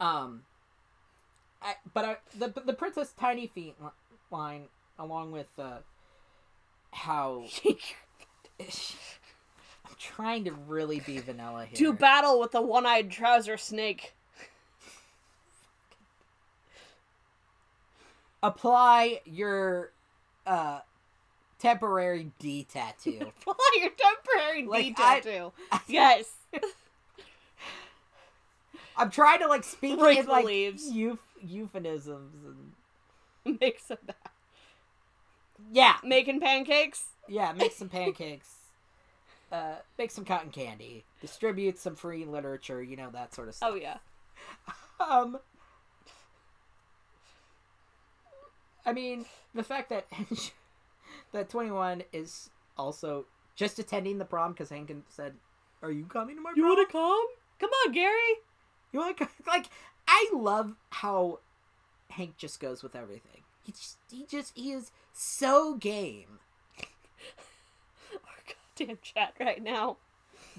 Speaker 4: right. Um, I, but I, the but the Princess Tiny Feet li- line, along with uh, how I'm trying to really be vanilla here.
Speaker 3: Do battle with the one-eyed trouser snake.
Speaker 4: Apply your uh temporary D tattoo.
Speaker 3: Pull out your temporary
Speaker 4: Like,
Speaker 3: knee
Speaker 4: I-
Speaker 3: tattoo. yes.
Speaker 4: I'm trying to like speak
Speaker 3: Break
Speaker 4: in
Speaker 3: the
Speaker 4: like
Speaker 3: leaves.
Speaker 4: euf- euphemisms and
Speaker 3: Make some
Speaker 4: yeah,
Speaker 3: making pancakes.
Speaker 4: Yeah, make some pancakes. uh, make some cotton candy. Distribute some free literature. You know that sort of stuff.
Speaker 3: Oh yeah.
Speaker 4: Um, I mean, the fact that that twenty one is also just attending the prom because Hankin said, "Are you coming to my prom?
Speaker 3: wanna come? Come on, Gary.
Speaker 4: You want to like?" I love how Hank just goes with everything. He just, he just he is so game.
Speaker 3: Our goddamn chat right now.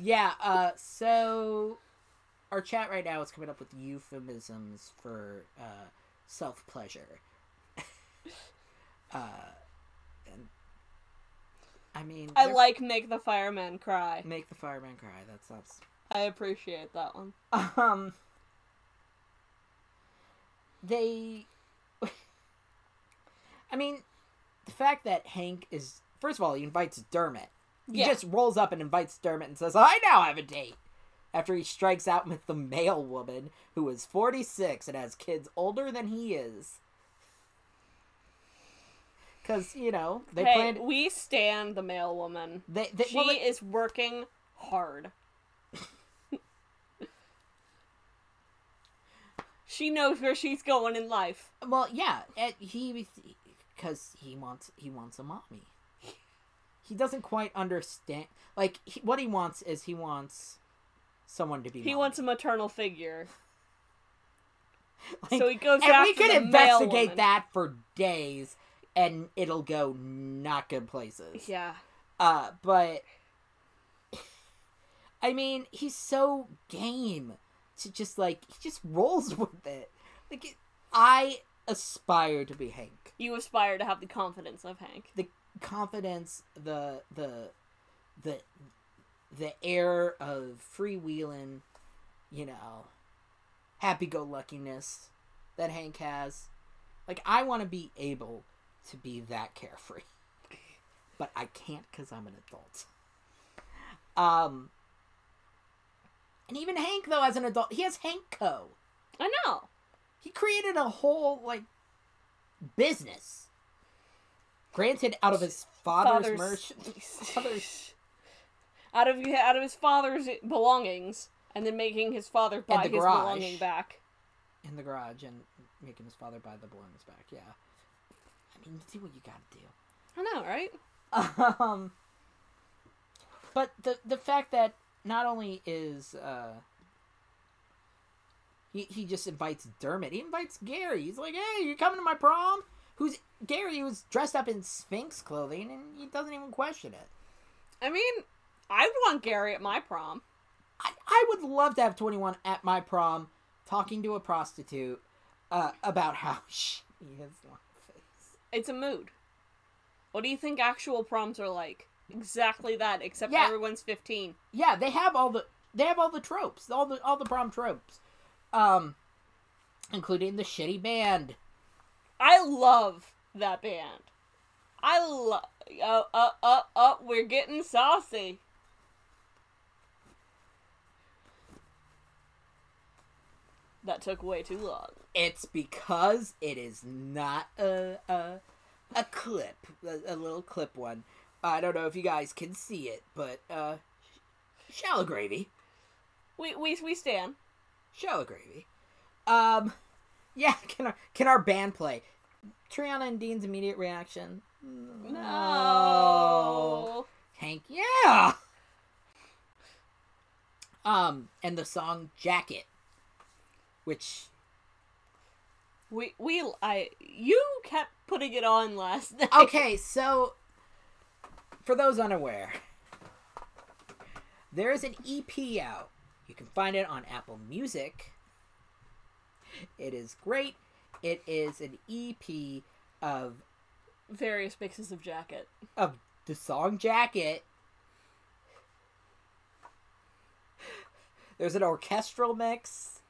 Speaker 4: Yeah, uh, so our chat right now is coming up with euphemisms for uh, self pleasure. uh, and I mean,
Speaker 3: I
Speaker 4: they're-
Speaker 3: like make the fireman cry.
Speaker 4: make the fireman cry. That's that's
Speaker 3: I appreciate that one.
Speaker 4: um they I mean the fact that Hank is first of all he invites Dermot. He
Speaker 3: Yeah.
Speaker 4: just rolls up and invites Dermot and says, I now have a date after he strikes out with the male woman who is forty six and has kids older than he is. Cause, you know, they
Speaker 3: hey,
Speaker 4: planned
Speaker 3: we stand the male woman.
Speaker 4: they, they,
Speaker 3: she
Speaker 4: well, they-
Speaker 3: is working hard. she knows where she's going in life.
Speaker 4: Well, yeah, and he because he wants he wants a mommy. He doesn't quite understand. Like he, what he wants is he wants someone to be.
Speaker 3: He
Speaker 4: mommy.
Speaker 3: wants a maternal figure.
Speaker 4: Like,
Speaker 3: so he goes
Speaker 4: and
Speaker 3: after
Speaker 4: we can
Speaker 3: the male
Speaker 4: investigate
Speaker 3: woman.
Speaker 4: that for days, and it'll go not good places.
Speaker 3: Yeah.
Speaker 4: Uh, but I mean, he's so game to just like he just rolls with it. Like it, I aspire to be Hank.
Speaker 3: You aspire to have the confidence of Hank.
Speaker 4: the confidence, the the the the air of freewheeling, you know, happy go luckiness that Hank has. Like I want to be able to be that carefree, but I can't because I'm an adult. Um, and even Hank, though, as an adult, he has Hank Co.
Speaker 3: I know.
Speaker 4: He created a whole like business. Granted, out of his father's, merch, father's
Speaker 3: out of out of his father's belongings, and then making his father buy
Speaker 4: the
Speaker 3: his
Speaker 4: garage.
Speaker 3: belonging back.
Speaker 4: in the garage and making his father buy the belongings back. Yeah, I mean, do what you gotta do.
Speaker 3: I know, right?
Speaker 4: Um, but the the fact that not only is uh, he he just invites Dermot, he invites Gary. He's like, "Hey, you coming to my prom?" Who's Gary? Was dressed up in Sphinx clothing, and he doesn't even question it.
Speaker 3: I mean, I would want Gary at my prom.
Speaker 4: I, I would love to have twenty one at my prom, talking to a prostitute uh, about how she has long face.
Speaker 3: It's a mood. What do you think actual proms are like? Exactly that, except
Speaker 4: Yeah.
Speaker 3: everyone's fifteen.
Speaker 4: Yeah, they have all the they have all the tropes, all the all the prom tropes, um, including the shitty band.
Speaker 3: I love that band. I love. Uh, uh, uh, uh, we're getting saucy. That took way too long.
Speaker 4: It's because it is not a a, a clip, a, a little clip one. I don't know if you guys can see it, but uh, shallow gravy,
Speaker 3: We we we stand.
Speaker 4: shallow gravy. Um, yeah, can our can our band play? Triana and Dean's immediate reaction.
Speaker 3: No.
Speaker 4: Hank, yeah. Um, and the song Jacket, which
Speaker 3: We we I you kept putting it on last night.
Speaker 4: Okay, so for those unaware, there is an EP out. You can find it on Apple Music. It is great. It is an EP of
Speaker 3: Various mixes of jacket.
Speaker 4: of the song Jacket. There's an orchestral mix.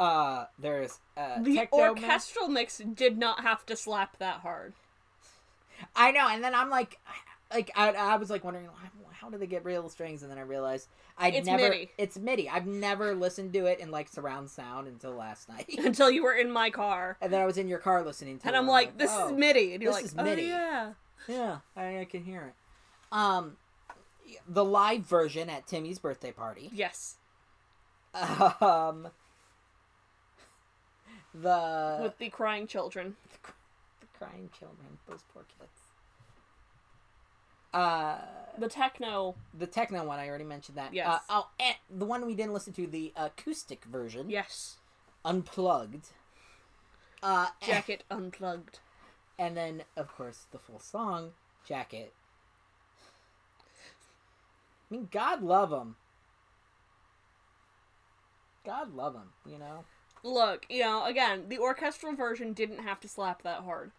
Speaker 4: Uh, there's a
Speaker 3: The
Speaker 4: techno mix.
Speaker 3: orchestral mix did not have to slap that hard.
Speaker 4: I know, and then I'm like, like I, I was like wondering how do they get real strings, and then I realized I
Speaker 3: It's
Speaker 4: never
Speaker 3: MIDI.
Speaker 4: it's MIDI. I've never listened to it in like surround sound until last night,
Speaker 3: Until you were in my car.
Speaker 4: and then I was in your car listening to
Speaker 3: And
Speaker 4: it.
Speaker 3: I'm like, this
Speaker 4: oh,
Speaker 3: is MIDI. And you're
Speaker 4: this
Speaker 3: like,
Speaker 4: is MIDI.
Speaker 3: oh yeah.
Speaker 4: Yeah, I, I can hear it. Um, the live version at Timmy's birthday party.
Speaker 3: Yes.
Speaker 4: Um, the
Speaker 3: With the crying children.
Speaker 4: the crying children, those poor kids. Uh.
Speaker 3: The techno.
Speaker 4: the techno one i already mentioned that
Speaker 3: Yes.
Speaker 4: uh, oh and the one we didn't listen to the acoustic version
Speaker 3: Yes.
Speaker 4: unplugged uh
Speaker 3: Jacket unplugged.
Speaker 4: and then of course the full song jacket i mean god love him god love him you know
Speaker 3: Look, you know, again, the orchestral version didn't have to slap that hard.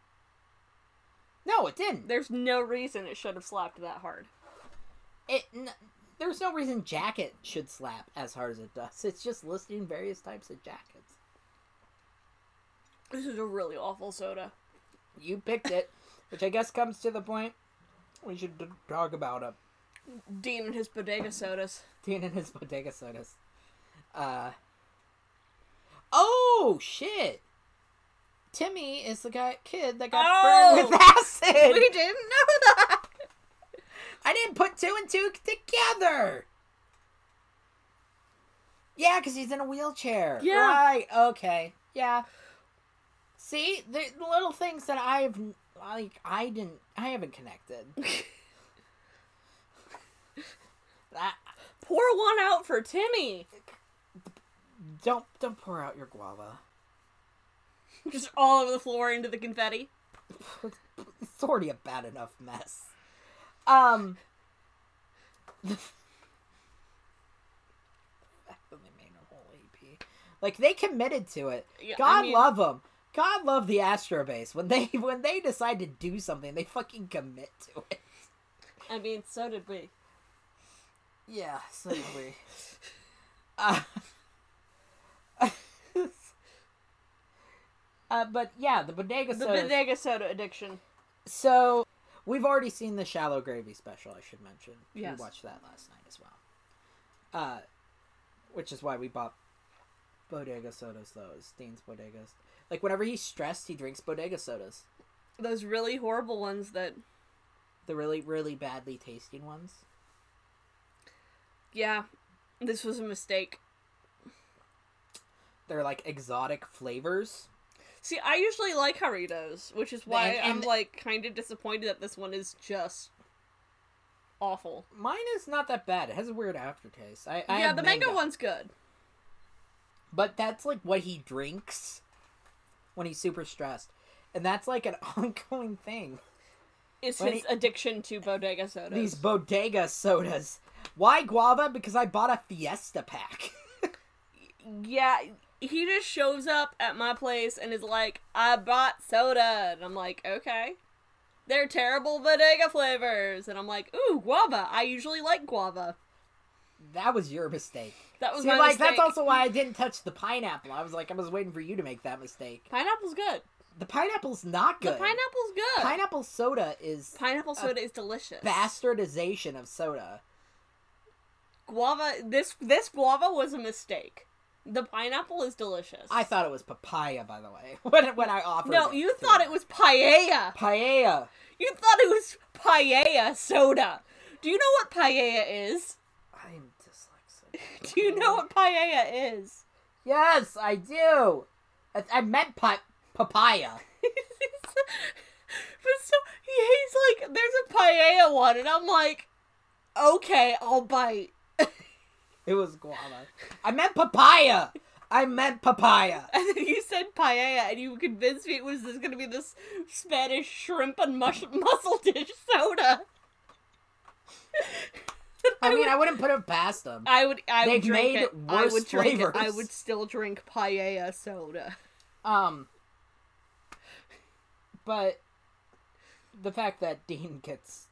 Speaker 4: no it didn't
Speaker 3: There's no reason it should have slapped that hard.
Speaker 4: it n- there's no reason jacket should slap as hard as it does it's just listing various types of jackets
Speaker 3: This is a really awful soda.
Speaker 4: you picked it which i guess comes to the point we should d- talk about it
Speaker 3: Dean and his bodega sodas.
Speaker 4: Dean and his bodega sodas. Uh. Oh shit! Timmy is the guy kid that got burned
Speaker 3: Oh!
Speaker 4: with acid.
Speaker 3: We didn't know that.
Speaker 4: I didn't put two and two together. Yeah, because he's in a wheelchair.
Speaker 3: Yeah.
Speaker 4: Right. Okay. Yeah. See, the the little things that I've like I didn't I haven't connected. that
Speaker 3: Pour one out for Timmy.
Speaker 4: don't don't pour out your guava.
Speaker 3: Just all over the floor into the confetti.
Speaker 4: it's already a bad enough mess. Um, I only made a whole EP. Like they committed to it.
Speaker 3: Yeah, I
Speaker 4: God
Speaker 3: mean-
Speaker 4: love 'em. love them. God love the Astro Base. When they when they decide to do something, they fucking commit to it.
Speaker 3: I mean, so did we.
Speaker 4: Yeah, so do we. uh, uh, but yeah, the bodega
Speaker 3: The
Speaker 4: sodas.
Speaker 3: bodega soda addiction.
Speaker 4: So We've already seen the Shallow Gravy special, I should mention.
Speaker 3: Yes.
Speaker 4: We watched that last night as well. Uh, which is why we bought bodega sodas, though, is Dean's bodegas. Like, whenever he's stressed, he drinks bodega sodas.
Speaker 3: Those really horrible ones that
Speaker 4: The really, really badly tasting ones.
Speaker 3: yeah, this was a mistake.
Speaker 4: They're like exotic flavors.
Speaker 3: See, I usually like Haritos, which is why
Speaker 4: And- and-
Speaker 3: I'm like kind of disappointed that this one is just awful.
Speaker 4: Mine is not that bad. It has a weird aftertaste. I, I
Speaker 3: yeah,
Speaker 4: had
Speaker 3: the mango, one's good.
Speaker 4: But that's like what he drinks when he's super stressed. And that's like an ongoing thing.
Speaker 3: It's
Speaker 4: When
Speaker 3: his
Speaker 4: he-
Speaker 3: addiction to bodega sodas.
Speaker 4: These bodega sodas. Why guava? Because I bought a Fiesta pack.
Speaker 3: yeah, he just shows up at my place and is like, "I bought soda," and I'm like, "Okay." They're terrible bodega flavors, and I'm like, "Ooh, guava! I usually like guava."
Speaker 4: that was your mistake.
Speaker 3: That was
Speaker 4: See,
Speaker 3: my
Speaker 4: like
Speaker 3: mistake.
Speaker 4: that's also why I didn't touch the pineapple. I was like, I was waiting for you to make that mistake.
Speaker 3: pineapple's good.
Speaker 4: The pineapple's not good.
Speaker 3: The pineapple's good.
Speaker 4: Pineapple soda is
Speaker 3: Pineapple soda is delicious.
Speaker 4: bastardization of soda.
Speaker 3: guava. This this guava was a mistake. The pineapple is delicious.
Speaker 4: I thought it was papaya, by the way. When when I offered.
Speaker 3: No,
Speaker 4: it
Speaker 3: you
Speaker 4: to
Speaker 3: thought
Speaker 4: her.
Speaker 3: it was paella.
Speaker 4: paella.
Speaker 3: You thought it was paella soda. Do you know what paella is?
Speaker 4: I'm dyslexic.
Speaker 3: Do you know what paella is?
Speaker 4: Yes, I do. I, I meant pa- papaya.
Speaker 3: But so he, he's like, there's a paella one, and I'm like, okay, I'll bite.
Speaker 4: It was guava. I meant papaya. I meant papaya.
Speaker 3: And then you said paella, and you convinced me it was this going to be this Spanish shrimp and mush- mussel dish soda.
Speaker 4: I mean, I wouldn't put it past them.
Speaker 3: I would, I would
Speaker 4: They've
Speaker 3: drink
Speaker 4: made
Speaker 3: it. I
Speaker 4: worse
Speaker 3: would drink it. I
Speaker 4: flavors.
Speaker 3: would still drink paella soda.
Speaker 4: Um, but the fact that Dean gets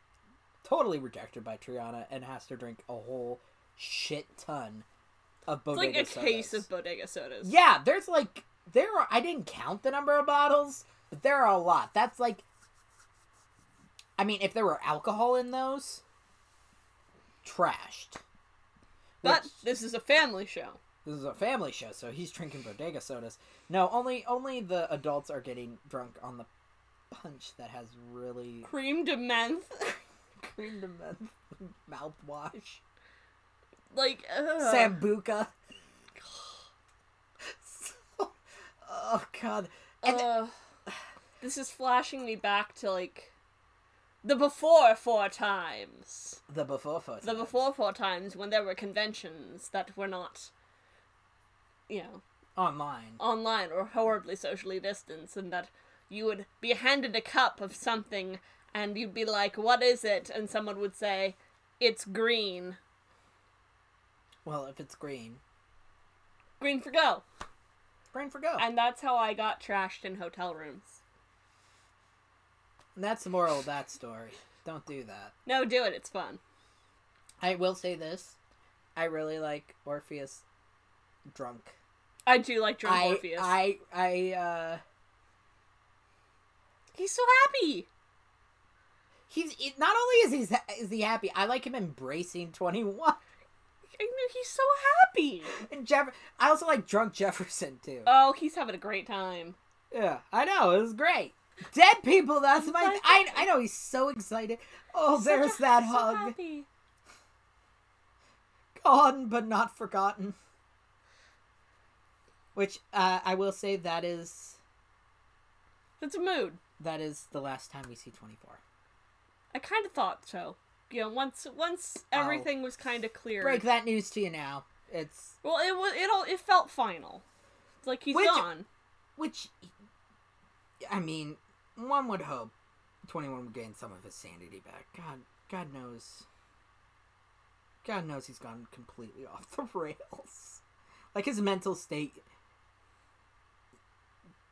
Speaker 4: totally rejected by Triana and has to drink a whole shit ton of
Speaker 3: It's
Speaker 4: bodega
Speaker 3: like a case
Speaker 4: sodas.
Speaker 3: of bodega sodas.
Speaker 4: Yeah, there's like there are I didn't count the number of bottles, but there are a lot. That's like I mean, if there were alcohol in those, trashed.
Speaker 3: but
Speaker 4: Which-
Speaker 3: this is a family show.
Speaker 4: this is a family show, so he's drinking bodega sodas. No, only only the adults are getting drunk on the punch that has really
Speaker 3: Cream de menthe.
Speaker 4: cream to mouth mouthwash.
Speaker 3: like, ugh.
Speaker 4: Uh. Sambuca. oh god. And
Speaker 3: Ugh. this is flashing me back to like the before four times.
Speaker 4: the before photo.
Speaker 3: The before four times when there were conventions that were not, you know,
Speaker 4: online.
Speaker 3: online or horribly socially distanced, and that you would be handed a cup of something and you'd be like, "What is it?" and someone would say, "It's green,
Speaker 4: Well, if it's green,
Speaker 3: green for go,"
Speaker 4: green for go.
Speaker 3: and that's how I got trashed in hotel rooms.
Speaker 4: And that's the moral of that story. Don't do that.
Speaker 3: No, do it. It's fun.
Speaker 4: I will say this: I really like Orpheus drunk.
Speaker 3: I do like drunk
Speaker 4: I,
Speaker 3: Orpheus.
Speaker 4: I I uh,
Speaker 3: He's so happy.
Speaker 4: he's it, not only is he is he happy. I like him embracing twenty one
Speaker 3: I know he's so happy.
Speaker 4: and Jeff. I also like drunk Jefferson too.
Speaker 3: Oh, he's having a great time.
Speaker 4: yeah, I know it was great. Dead people. That's my.
Speaker 3: Like-
Speaker 4: I I know he's so excited. Oh,
Speaker 3: Such a-
Speaker 4: there's that
Speaker 3: so
Speaker 4: hug.
Speaker 3: happy.
Speaker 4: gone but not forgotten. Which uh, I will say that is
Speaker 3: That's a mood.
Speaker 4: that is the last time we see twenty four.
Speaker 3: I kind of thought so. You know, once once
Speaker 4: I'll
Speaker 3: everything was kind of clear.
Speaker 4: Break that news to you now. It's
Speaker 3: Well, it was it all it felt final. It's like he's
Speaker 4: Which-
Speaker 3: gone.
Speaker 4: which I mean, one would hope twenty one would gain some of his sanity back. God, God knows. God knows he's gone completely off the rails. Like his mental state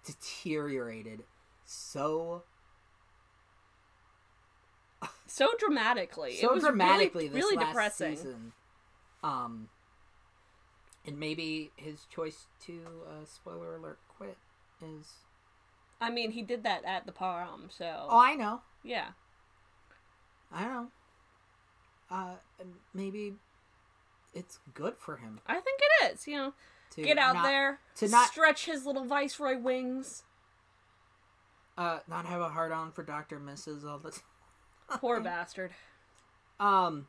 Speaker 4: deteriorated so
Speaker 3: So dramatically.
Speaker 4: so
Speaker 3: it was really-
Speaker 4: dramatically
Speaker 3: really,
Speaker 4: this last
Speaker 3: depressing.
Speaker 4: season. Um, and maybe his choice to uh, spoiler alert quit is
Speaker 3: I mean, he did that at the prom, so
Speaker 4: oh I know,
Speaker 3: yeah.
Speaker 4: I don't know. Uh, maybe it's good for him
Speaker 3: I think it is. You know,
Speaker 4: to
Speaker 3: get out
Speaker 4: not-
Speaker 3: there,
Speaker 4: to not-
Speaker 3: stretch his little viceroy wings.
Speaker 4: Uh, not have a hard on for Doctor Mrs. all the time.
Speaker 3: Poor bastard.
Speaker 4: Um,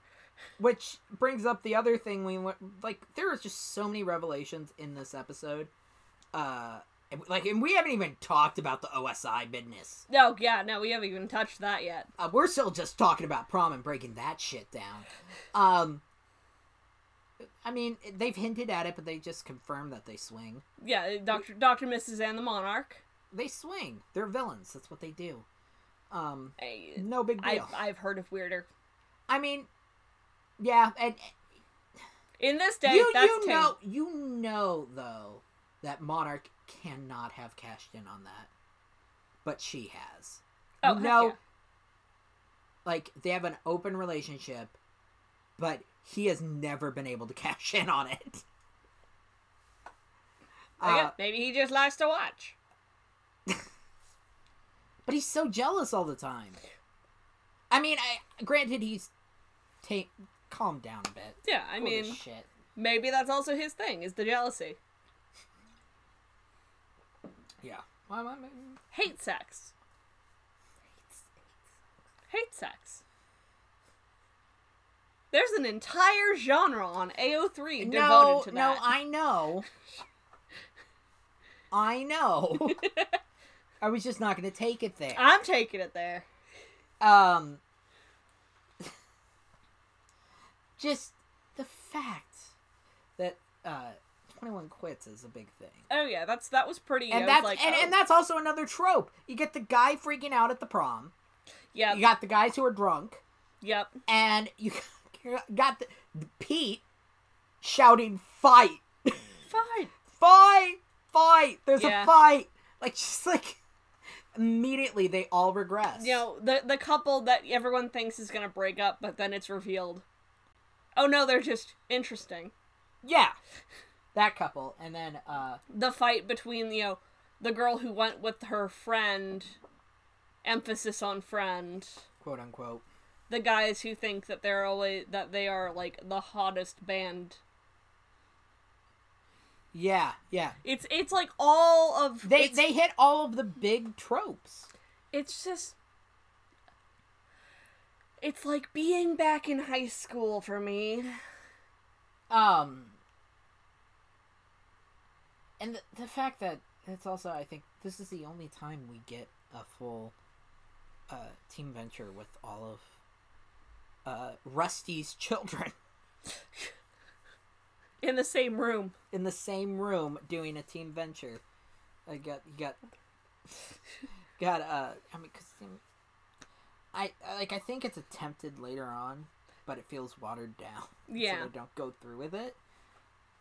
Speaker 4: which brings up the other thing we went like. There was just so many revelations in this episode. Uh, and, like, and we haven't even talked about the OSI business.
Speaker 3: No, yeah, no, we haven't even touched that yet.
Speaker 4: Uh, we're still just talking about prom and breaking that shit down. Um, I mean, they've hinted at it, but they just confirmed that they swing.
Speaker 3: Yeah, uh, Doctor, Doctor, Mrs. and the Monarch.
Speaker 4: They swing. They're villains. That's what they do. Um,
Speaker 3: I,
Speaker 4: no big
Speaker 3: I've,
Speaker 4: deal.
Speaker 3: I've heard of weirder.
Speaker 4: I mean, yeah, and
Speaker 3: In this day,
Speaker 4: you,
Speaker 3: that's
Speaker 4: you
Speaker 3: tame.
Speaker 4: know you know though that Monarch cannot have cashed in on that, but she has.
Speaker 3: Oh,
Speaker 4: you
Speaker 3: heck
Speaker 4: know,
Speaker 3: yeah.
Speaker 4: like they have an open relationship, but he has never been able to cash in on it.
Speaker 3: Oh, yeah,
Speaker 4: Uh,
Speaker 3: maybe he just likes to watch.
Speaker 4: but he's so jealous all the time. I mean, I granted he's ta- calmed down a bit.
Speaker 3: Yeah, I
Speaker 4: Full of
Speaker 3: mean,
Speaker 4: shit.
Speaker 3: maybe that's also his thing is the jealousy,
Speaker 4: Yeah. Well, I mean,
Speaker 3: hate sex, hate sex. There's an entire genre on AO3 devoted
Speaker 4: no,
Speaker 3: to that.
Speaker 4: no, I know. I know. I was just not going to take it there.
Speaker 3: I'm taking it there.
Speaker 4: Um, just the fact that uh, Twenty One Quits is a big thing,
Speaker 3: Oh yeah, that's that was pretty. I
Speaker 4: and
Speaker 3: was
Speaker 4: that's
Speaker 3: like,
Speaker 4: and,
Speaker 3: oh.
Speaker 4: and that's also another trope. You get the guy freaking out at the prom.
Speaker 3: yeah,
Speaker 4: You got the guys who are drunk,
Speaker 3: yep.
Speaker 4: and you got the, Pete shouting "fight."
Speaker 3: Fine.
Speaker 4: fight, fight. There's
Speaker 3: Yeah.
Speaker 4: a fight. Like just like immediately they all regress.
Speaker 3: You know, the the couple that everyone thinks is gonna break up, but then it's revealed. Oh no, they're just interesting.
Speaker 4: yeah, that couple, and then uh,
Speaker 3: The fight between you know the girl who went with her friend, emphasis on friend.
Speaker 4: quote unquote.
Speaker 3: The guys who think that they're always that they are like the hottest band.
Speaker 4: Yeah, yeah.
Speaker 3: It's it's like all of
Speaker 4: They
Speaker 3: it's,
Speaker 4: they hit all of the big tropes.
Speaker 3: it's just it's like being back in high school for me.
Speaker 4: Um, and the, the fact that it's also I think this is the only time we get a full uh, team venture with all of uh, Rusty's children.
Speaker 3: in the same room.
Speaker 4: in the same room doing a team venture. I got you got got uh I mean cuz I I- like I think it's attempted later on, but it feels watered down.
Speaker 3: Yeah.
Speaker 4: So they don't go through with it.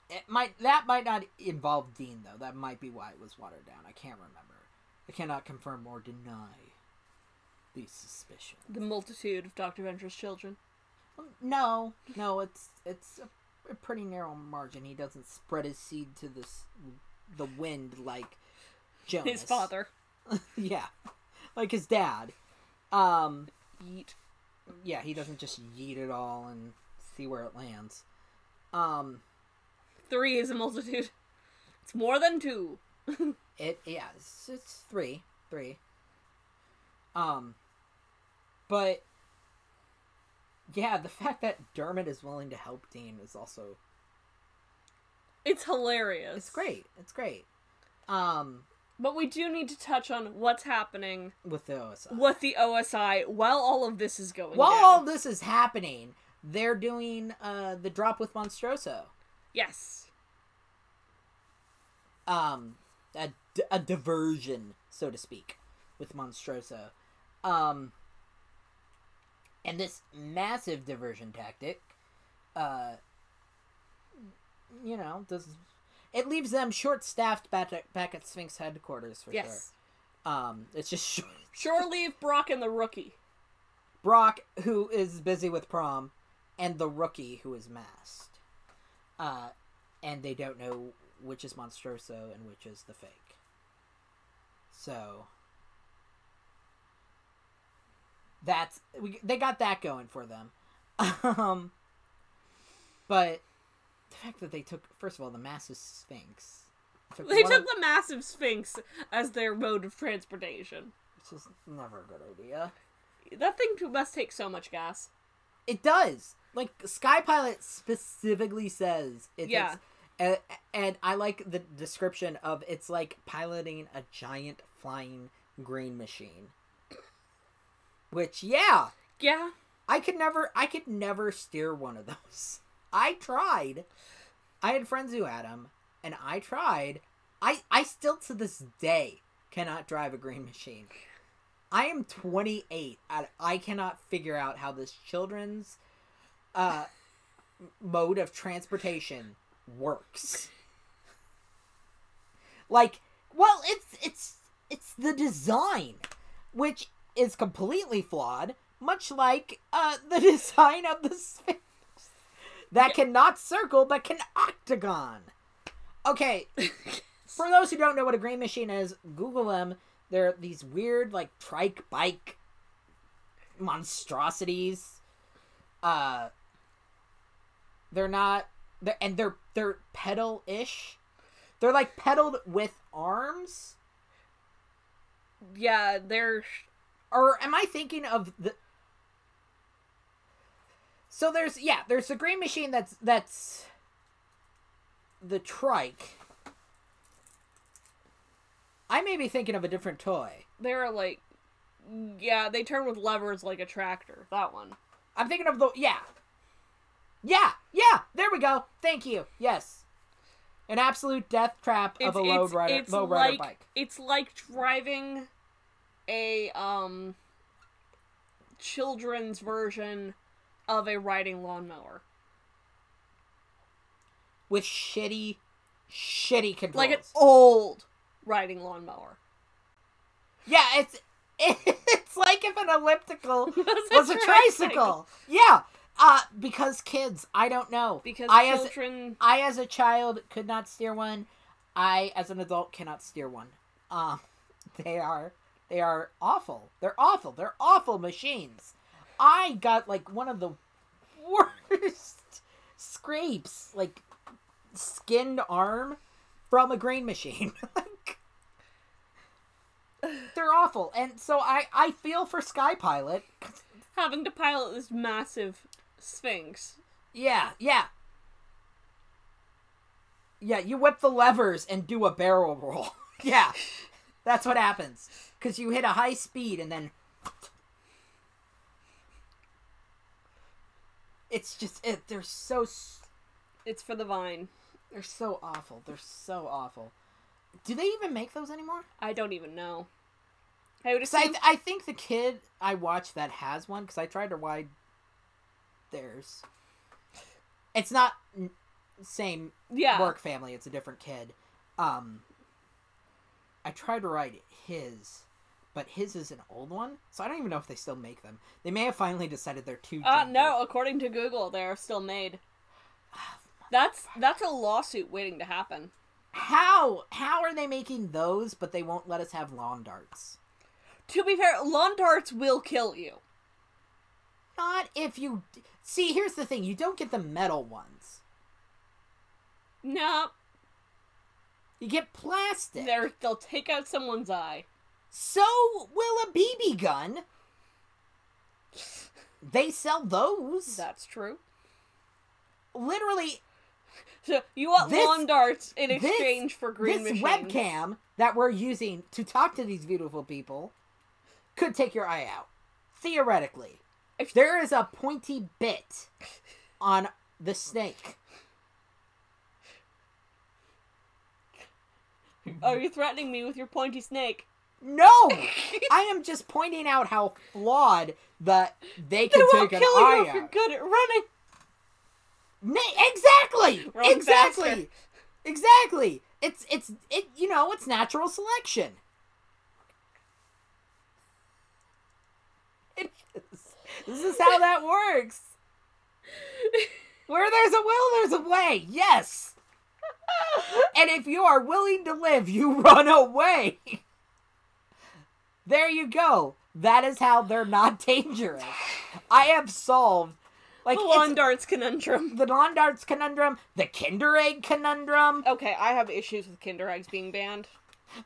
Speaker 4: It might that might not involve Dean though. That might be why it was watered down. I can't remember. I cannot confirm or deny these suspicions.
Speaker 3: The multitude of Dr. Venture's children.
Speaker 4: No, no, it's it's a, a pretty narrow margin. He doesn't spread his seed to this the wind like Jonas,
Speaker 3: His father.
Speaker 4: Yeah, like his dad. Um,
Speaker 3: Yeet.
Speaker 4: yeah, he doesn't just yeet it all and see where it lands. Um,
Speaker 3: Three is a multitude. It's more than two.
Speaker 4: it yeah, it's, it's three, three. Um, but yeah, the fact that Dermot is willing to help Dean is also
Speaker 3: It's hilarious.
Speaker 4: it's great. It's great. Um.
Speaker 3: But we do need to touch on what's happening
Speaker 4: with the OSI.
Speaker 3: with the OSI while all of this is going
Speaker 4: While
Speaker 3: down.
Speaker 4: all this is happening, they're doing uh, the drop with Monstroso,
Speaker 3: Yes.
Speaker 4: um, a, d- a diversion, so to speak, with Monstroso, um, and this massive diversion tactic, uh, you know, does it leaves them short-staffed back at, back at Sphinx headquarters for
Speaker 3: yes.
Speaker 4: sure. Um, it's just short.
Speaker 3: Shore leave Brock and the rookie.
Speaker 4: Brock, who is busy with prom, and the rookie, who is masked. Uh, and they don't know which is Monstroso and which is the fake. So. that's we, they got that going for them. Um, but the fact that they took first of all the massive sphinx. Took
Speaker 3: They
Speaker 4: one
Speaker 3: took
Speaker 4: of-
Speaker 3: the massive sphinx as their mode of transportation.
Speaker 4: which is never a good idea.
Speaker 3: That thing must take so much gas.
Speaker 4: It does. Like Sky Pilot specifically says it
Speaker 3: Yeah.
Speaker 4: takes- and, and I like the description of it's like piloting a giant flying grain machine. Which yeah,
Speaker 3: Yeah.
Speaker 4: I could never I could never steer one of those. I tried. I had friends who had them and I tried. I I still to this day cannot drive a green machine. I am 28 and I cannot figure out how this children's uh mode of transportation works. Like, well, it's it's it's the design which is completely flawed, much like uh, the design of the Sphinx that cannot circle but can octagon. Okay, for those who don't know what a green machine is, Google them. They're these weird, like trike bike monstrosities. Uh, they're not. They're and they're they're pedal ish. They're like pedaled with arms.
Speaker 3: Yeah, they're
Speaker 4: or am I thinking of the? So there's yeah, there's the green machine that's that's the trike. I may be thinking of a different toy.
Speaker 3: they're like yeah, they turn with levers like a tractor. That one.
Speaker 4: I'm thinking of the yeah, yeah, yeah. There we go. Thank you. Yes, an absolute death trap of a low rider,
Speaker 3: it's
Speaker 4: low rider
Speaker 3: like,
Speaker 4: bike.
Speaker 3: It's like driving a um children's version of a riding lawnmower.
Speaker 4: with shitty, shitty controls.
Speaker 3: Like an old riding lawnmower.
Speaker 4: Yeah, it's it's like if an elliptical
Speaker 3: Was a
Speaker 4: was a tricycle.
Speaker 3: tricycle.
Speaker 4: Yeah, uh, because kids, I don't know.
Speaker 3: Because
Speaker 4: I as
Speaker 3: children
Speaker 4: I as a child could not steer one. I as an adult cannot steer one. Um, they are they are awful. They're awful. They're awful machines. I got like one of the worst scrapes, like skinned arm from a grain machine. Like, they're awful. And so I I feel for Sky Pilot.
Speaker 3: having to pilot this massive sphinx.
Speaker 4: Yeah, yeah. Yeah, you whip the levers and do a barrel roll. yeah. That's what happens. Cuz you hit a high speed and then It's just it, they're so s-
Speaker 3: It's for the vine.
Speaker 4: they're so awful. They're so awful. Do they even make those anymore?
Speaker 3: I don't even know. I would
Speaker 4: 'Cause I,
Speaker 3: assume
Speaker 4: th- I think the kid I watched that has one because I tried to ride theirs. It's not n- same
Speaker 3: yeah.
Speaker 4: work family. It's a different kid. Um, I tried to ride his, but his is an old one, so I don't even know if they still make them. They may have finally decided they're too.
Speaker 3: Uh
Speaker 4: dangerous.
Speaker 3: no, according to Google, they're still made. That's that's a lawsuit waiting to happen.
Speaker 4: How how are they making those? But they won't let us have lawn darts.
Speaker 3: To be fair, lawn darts will kill you.
Speaker 4: Not if you see. Here's the thing: you don't get the metal ones.
Speaker 3: No,
Speaker 4: You get plastic.
Speaker 3: they're they'll take out someone's eye.
Speaker 4: So will a BB gun. They sell those.
Speaker 3: That's true.
Speaker 4: Literally,
Speaker 3: So you want
Speaker 4: This-
Speaker 3: lawn darts in
Speaker 4: this-
Speaker 3: exchange for green
Speaker 4: this
Speaker 3: machines.
Speaker 4: webcam that we're using to talk to these beautiful people could take your eye out. Theoretically,
Speaker 3: If-
Speaker 4: there is a pointy bit on the snake.
Speaker 3: Are you threatening me with your pointy snake?
Speaker 4: No, I am just pointing out how flawed that they
Speaker 3: They
Speaker 4: can
Speaker 3: will
Speaker 4: take an
Speaker 3: kill you
Speaker 4: eye
Speaker 3: if you're
Speaker 4: out.
Speaker 3: good at running.
Speaker 4: Na- exactly,
Speaker 3: Wrong
Speaker 4: exactly,
Speaker 3: bastard.
Speaker 4: exactly. It's it's it. You know, it's natural selection. It is. This is how that works. Where there's a will, there's a way. Yes. And if you are willing to live, you run away. There you go. That is how they're not dangerous. I have solved like
Speaker 3: The
Speaker 4: it's-
Speaker 3: lawn darts conundrum.
Speaker 4: the lawn darts conundrum, the Kinder Egg conundrum.
Speaker 3: Okay, I have issues with Kinder Eggs being banned.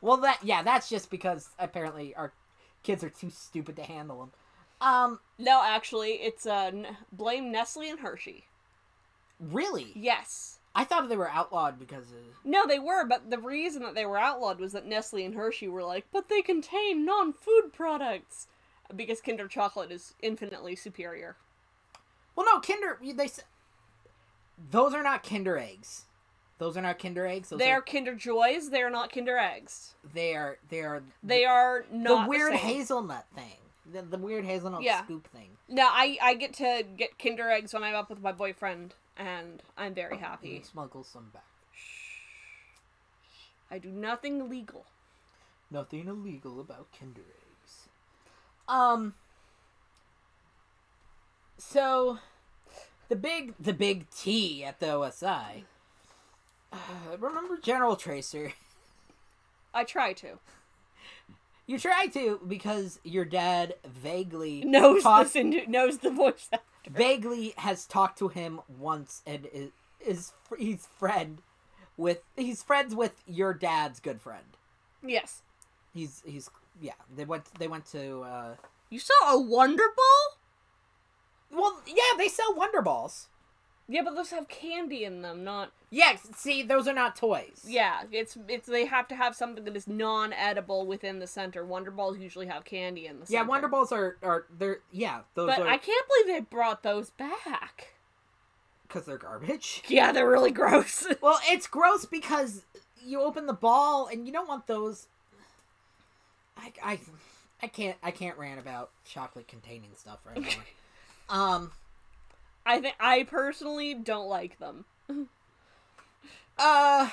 Speaker 4: Well, that yeah, that's just because apparently our kids are too stupid to handle them. Um,
Speaker 3: No, actually, it's uh, n- blame Nestle and Hershey.
Speaker 4: really,
Speaker 3: Yes.
Speaker 4: I thought they were outlawed because of
Speaker 3: No, they were, but the reason that they were outlawed was that Nestle and Hershey were like, but they contain non food products! Because Kinder chocolate is infinitely superior.
Speaker 4: well, no Kinder. They s- those are not Kinder eggs. Those are not Kinder eggs. Those
Speaker 3: They are
Speaker 4: are
Speaker 3: Kinder Joys, they are not Kinder Eggs.
Speaker 4: they are they are
Speaker 3: They are
Speaker 4: the
Speaker 3: not.
Speaker 4: weird
Speaker 3: same.
Speaker 4: hazelnut thing. The, the weird hazelnut
Speaker 3: Yeah.
Speaker 4: scoop thing.
Speaker 3: No, I, I get to get Kinder Eggs when I'm up with my boyfriend, and I'm very happy.
Speaker 4: You smuggle some back.
Speaker 3: I do nothing illegal.
Speaker 4: Nothing illegal about Kinder eggs. Um. So, the big the big T at the OSI. Uh, remember General Tracer?
Speaker 3: I try to.
Speaker 4: You try to because your dad vaguely
Speaker 3: Knows
Speaker 4: talked-
Speaker 3: the Sindu- knows the voice. act-
Speaker 4: vaguely has talked to him once and is, is he's friend with he's friends with your dad's good friend.
Speaker 3: Yes.
Speaker 4: He's he's yeah they went they went to uh,
Speaker 3: You saw a Wonder Ball?
Speaker 4: well yeah they sell Wonder Balls.
Speaker 3: Yeah, but those have candy in them, not
Speaker 4: Yes, see, those are not toys.
Speaker 3: Yeah, it's it's they have to have something that is non-edible within the center. Wonder balls usually have candy in the
Speaker 4: Yeah,
Speaker 3: center.
Speaker 4: Wonder Balls are are they're yeah, those
Speaker 3: But
Speaker 4: are
Speaker 3: I can't believe they brought those back.
Speaker 4: cuz they're garbage.
Speaker 3: Yeah, they're really gross.
Speaker 4: Well, it's gross because you open the ball and you don't want those I I I can't I can't rant about chocolate containing stuff right now. um
Speaker 3: I think I personally don't like them.
Speaker 4: uh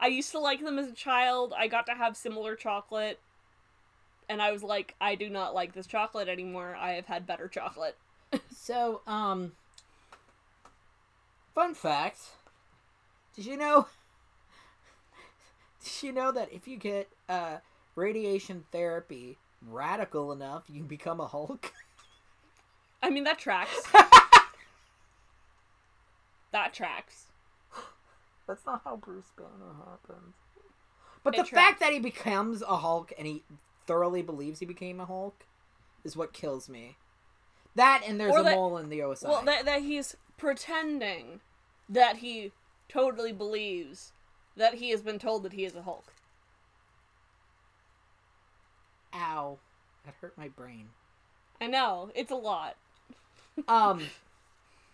Speaker 3: I used to like them as a child. I got to have similar chocolate and I was like, I do not like this chocolate anymore. I have had better chocolate.
Speaker 4: so um fun fact. Did you know Did you know that if you get uh radiation therapy radical enough, you become a Hulk?
Speaker 3: I mean, that tracks. that tracks.
Speaker 4: That's not how Bruce Banner happens. But
Speaker 3: It
Speaker 4: the
Speaker 3: tracks.
Speaker 4: fact that he becomes a Hulk and he thoroughly believes he became a Hulk is what kills me. That and there's
Speaker 3: Or
Speaker 4: a
Speaker 3: that-
Speaker 4: mole in the OSI.
Speaker 3: Well, that, that he's pretending that he totally believes that he has been told that he is a Hulk.
Speaker 4: Ow. That hurt my brain.
Speaker 3: I know, it's a lot.
Speaker 4: Um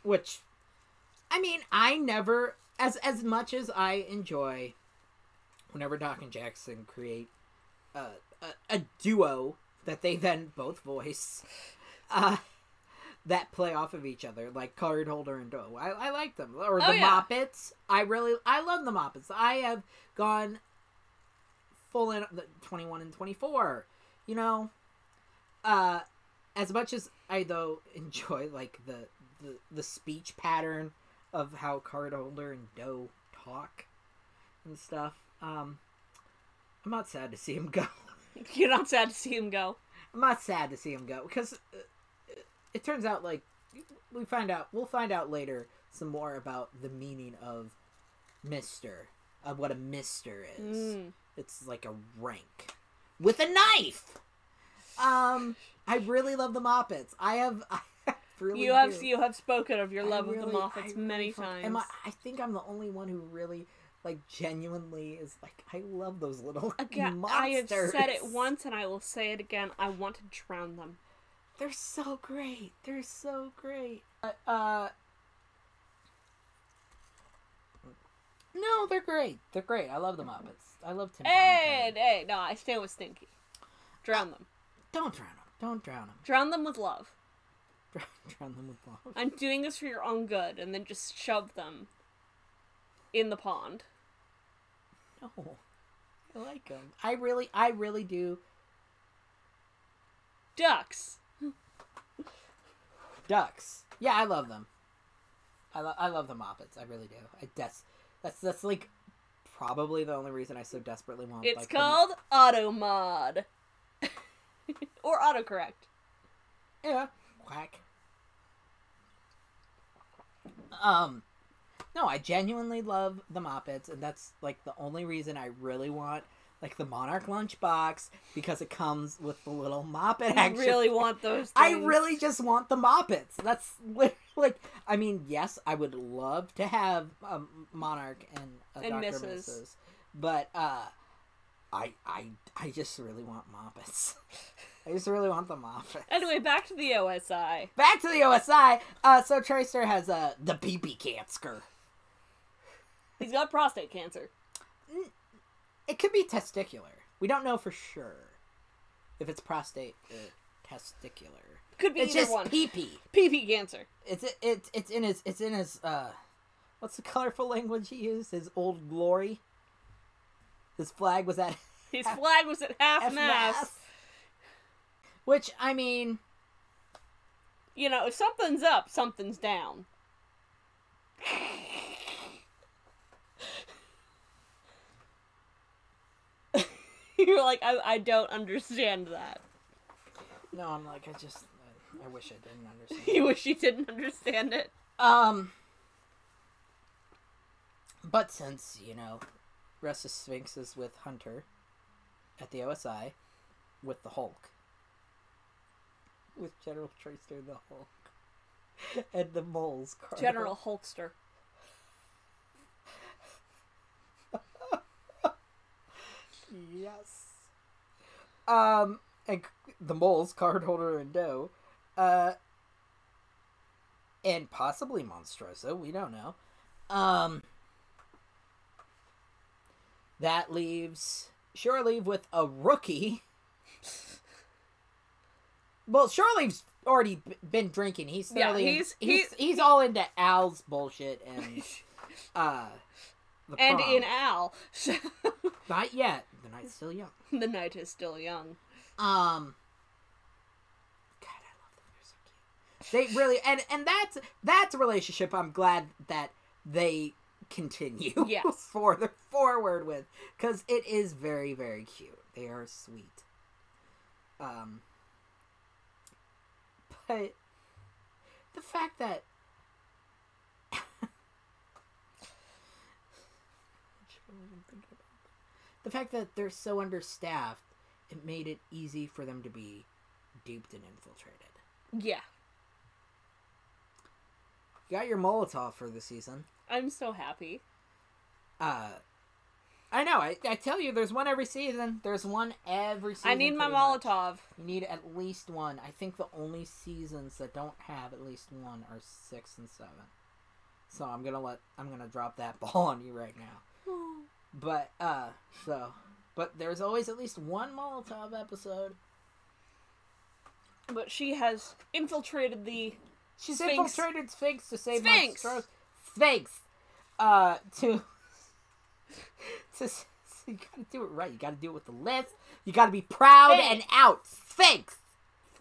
Speaker 4: which I mean, I never as as much as I enjoy whenever Doc and Jackson create uh, a, a duo that they then both voice uh, that play off of each other, like Cardholder and Doe. I, I like them. Or the
Speaker 3: Oh, yeah.
Speaker 4: Moppets. I really, I love the Moppets. I have gone full in the 21 and 24. You know, uh, as much as I though enjoy like the the, the speech pattern of how Cardholder and Doe talk and stuff. Um, I'm not sad to see him go.
Speaker 3: You're not sad to see him go.
Speaker 4: I'm not sad to see him go because uh, it turns out like we find out we'll find out later some more about the meaning of Mister of what a Mister is.
Speaker 3: Mm.
Speaker 4: It's like a rank with a knife. Um, I really love the Moppets. I have. I really
Speaker 3: you have
Speaker 4: do.
Speaker 3: you have spoken of your
Speaker 4: I
Speaker 3: love of
Speaker 4: really-
Speaker 3: the Moffats
Speaker 4: I
Speaker 3: many
Speaker 4: really fuck-
Speaker 3: times.
Speaker 4: Am I, I think I'm the only one who really, like, genuinely is like, I love those little
Speaker 3: Again, Uh, I have
Speaker 4: monsters.
Speaker 3: said it once and I will say it again. I want to drown them.
Speaker 4: They're so great. They're so great. Uh, uh No, they're great. They're great. I love the Muppets. I love Tim. Tom,
Speaker 3: Hey,
Speaker 4: and Jerry.
Speaker 3: hey, no, I stand with Stinky.
Speaker 4: Uh,
Speaker 3: Drown them.
Speaker 4: Don't drown them. Don't drown them.
Speaker 3: Drown them with love.
Speaker 4: Drown, drown them with love.
Speaker 3: I'm doing this for your own good, and then just shove them in the pond.
Speaker 4: No, I like them. I really, I really do.
Speaker 3: Ducks.
Speaker 4: Ducks. Yeah, I love them. I, lo- I love the Muppets. I really do. I des- That's that's like probably the only reason I so desperately want.
Speaker 3: It's
Speaker 4: like, the-
Speaker 3: called Auto Mod. or autocorrect.
Speaker 4: Yeah. Quack. Um, no, I genuinely love the Moppets, and that's like the only reason I really want like the Monarch lunchbox because it comes with the little Moppet
Speaker 3: I
Speaker 4: action.
Speaker 3: really want those.
Speaker 4: I
Speaker 3: things.
Speaker 4: really just want the Moppets. That's lit- like, I mean, yes, I would love to have a Monarch and a
Speaker 3: And
Speaker 4: Dr.
Speaker 3: Mrs..
Speaker 4: Mrs. But uh, I, I, I just really want Moppets. I just really want the Moppets.
Speaker 3: Anyway, back to the OSI.
Speaker 4: Back to the OSI. Uh, so Tracer has uh, the pee-pee cancer.
Speaker 3: He's got prostate cancer.
Speaker 4: It could be testicular. We don't know for sure if it's prostate or testicular.
Speaker 3: Could be
Speaker 4: It's
Speaker 3: either
Speaker 4: just
Speaker 3: one.
Speaker 4: pee-pee.
Speaker 3: PP cancer.
Speaker 4: It's it's it's in his it's in his uh, what's the colorful language he used? His old glory. His flag was at
Speaker 3: His flag was at half, mast.
Speaker 4: F-mast. Which I mean,
Speaker 3: You know, if something's up, something's down. You're like, I, I don't understand that.
Speaker 4: no, I'm like I just I, I wish I didn't understand.
Speaker 3: You wish you didn't understand it.
Speaker 4: Um, but since you know, Ressus Sphinx is with Hunter at the OSI with the Hulk, with General Tracer and the Hulk, and the moles. Carnival.
Speaker 3: General Hulkster.
Speaker 4: yes. Um, and c- the moles, cardholder and doe, uh, and possibly Monstroso. We don't know. Um, that leaves Shore Leave with a rookie. Well, Shore Leave's already b- been drinking. He's
Speaker 3: Yeah,
Speaker 4: thoroughly-
Speaker 3: he's-
Speaker 4: he's he's all into Al's bullshit and uh, the
Speaker 3: And
Speaker 4: prom.
Speaker 3: in Al.
Speaker 4: not yet. The night's still young.
Speaker 3: the night is still young.
Speaker 4: Um. God, I love them. They're so cute. They really and and that's that's a relationship. I'm glad that they continue.
Speaker 3: Yes.
Speaker 4: for the forward with because it is very very cute. They are sweet. Um. But the fact that. The fact that they're so understaffed, it made it easy for them to be duped and infiltrated.
Speaker 3: Yeah.
Speaker 4: You got your Molotov for the season.
Speaker 3: I'm so happy.
Speaker 4: Uh, I know. I, I tell you, there's one every season. There's one every season.
Speaker 3: I need my
Speaker 4: pretty much.
Speaker 3: Molotov.
Speaker 4: You need at least one. I think the only seasons that don't have at least one are six and seven. So I'm gonna let I'm gonna drop that ball on you right now. But uh, so but there's always at least one Molotov episode.
Speaker 3: But she has infiltrated the
Speaker 4: She's
Speaker 3: Sphinx.
Speaker 4: infiltrated Sphinx to save
Speaker 3: Sphinx!
Speaker 4: Monstros. Sphinx. Uh, to to s- you gotta do it right. You gotta do it with the list. You gotta be proud
Speaker 3: Sphinx.
Speaker 4: and out. Sphinx.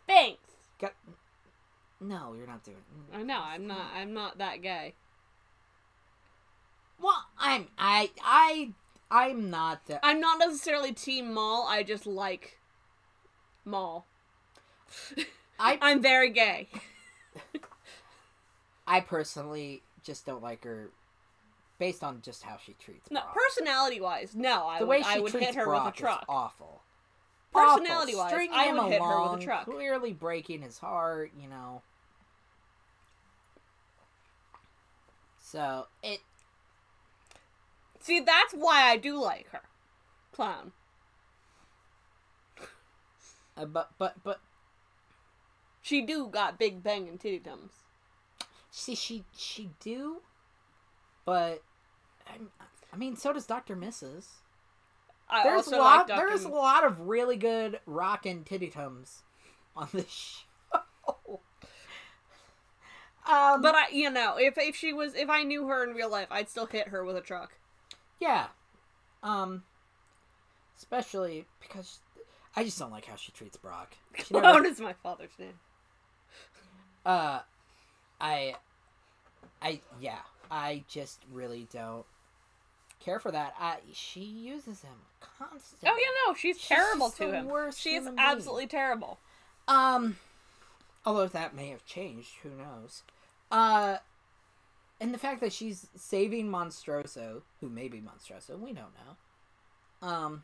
Speaker 3: Thanks.
Speaker 4: Got... No, you're not doing. it.
Speaker 3: I know, I'm not I'm not that gay.
Speaker 4: Well, I'm I I I'm not. The...
Speaker 3: I'm not necessarily team Maul, I just like Maul.
Speaker 4: I
Speaker 3: I'm very gay.
Speaker 4: I personally just don't like her, based on just how she treats.
Speaker 3: No,
Speaker 4: Brock.
Speaker 3: personality wise, no, I
Speaker 4: the
Speaker 3: would
Speaker 4: way she
Speaker 3: I would
Speaker 4: treats
Speaker 3: hit her
Speaker 4: Brock
Speaker 3: with a truck.
Speaker 4: is awful.
Speaker 3: Personality-wise,
Speaker 4: Awful. Stringing
Speaker 3: I would
Speaker 4: him
Speaker 3: hit her with a
Speaker 4: along,
Speaker 3: truck.
Speaker 4: Clearly breaking his heart, you know. So it
Speaker 3: See, that's why I do like her. Clown.
Speaker 4: uh, but but but
Speaker 3: She do got big bang and titty tums.
Speaker 4: see she she do, but I, I mean so does Doctor Mrs.
Speaker 3: I
Speaker 4: There's
Speaker 3: also
Speaker 4: a lot
Speaker 3: like Dr.
Speaker 4: there's a lot of really good rockin' titty tums on this show. um,
Speaker 3: But I, you know, if if she was, if I knew her in real life, I'd still hit her with a truck.
Speaker 4: Yeah. Um especially because I just don't like how she treats Brock. She never-
Speaker 3: Clown is my father's name.
Speaker 4: uh I I yeah, I just really don't care for that. I she uses him constantly.
Speaker 3: Oh yeah, no, she's
Speaker 4: She's
Speaker 3: terrible
Speaker 4: just
Speaker 3: to
Speaker 4: the
Speaker 3: him.
Speaker 4: worst
Speaker 3: She's
Speaker 4: human being.
Speaker 3: absolutely terrible.
Speaker 4: Um, although that may have changed, who knows? Uh, and the fact that she's saving Monstroso, who may be Monstroso, we don't know. Um,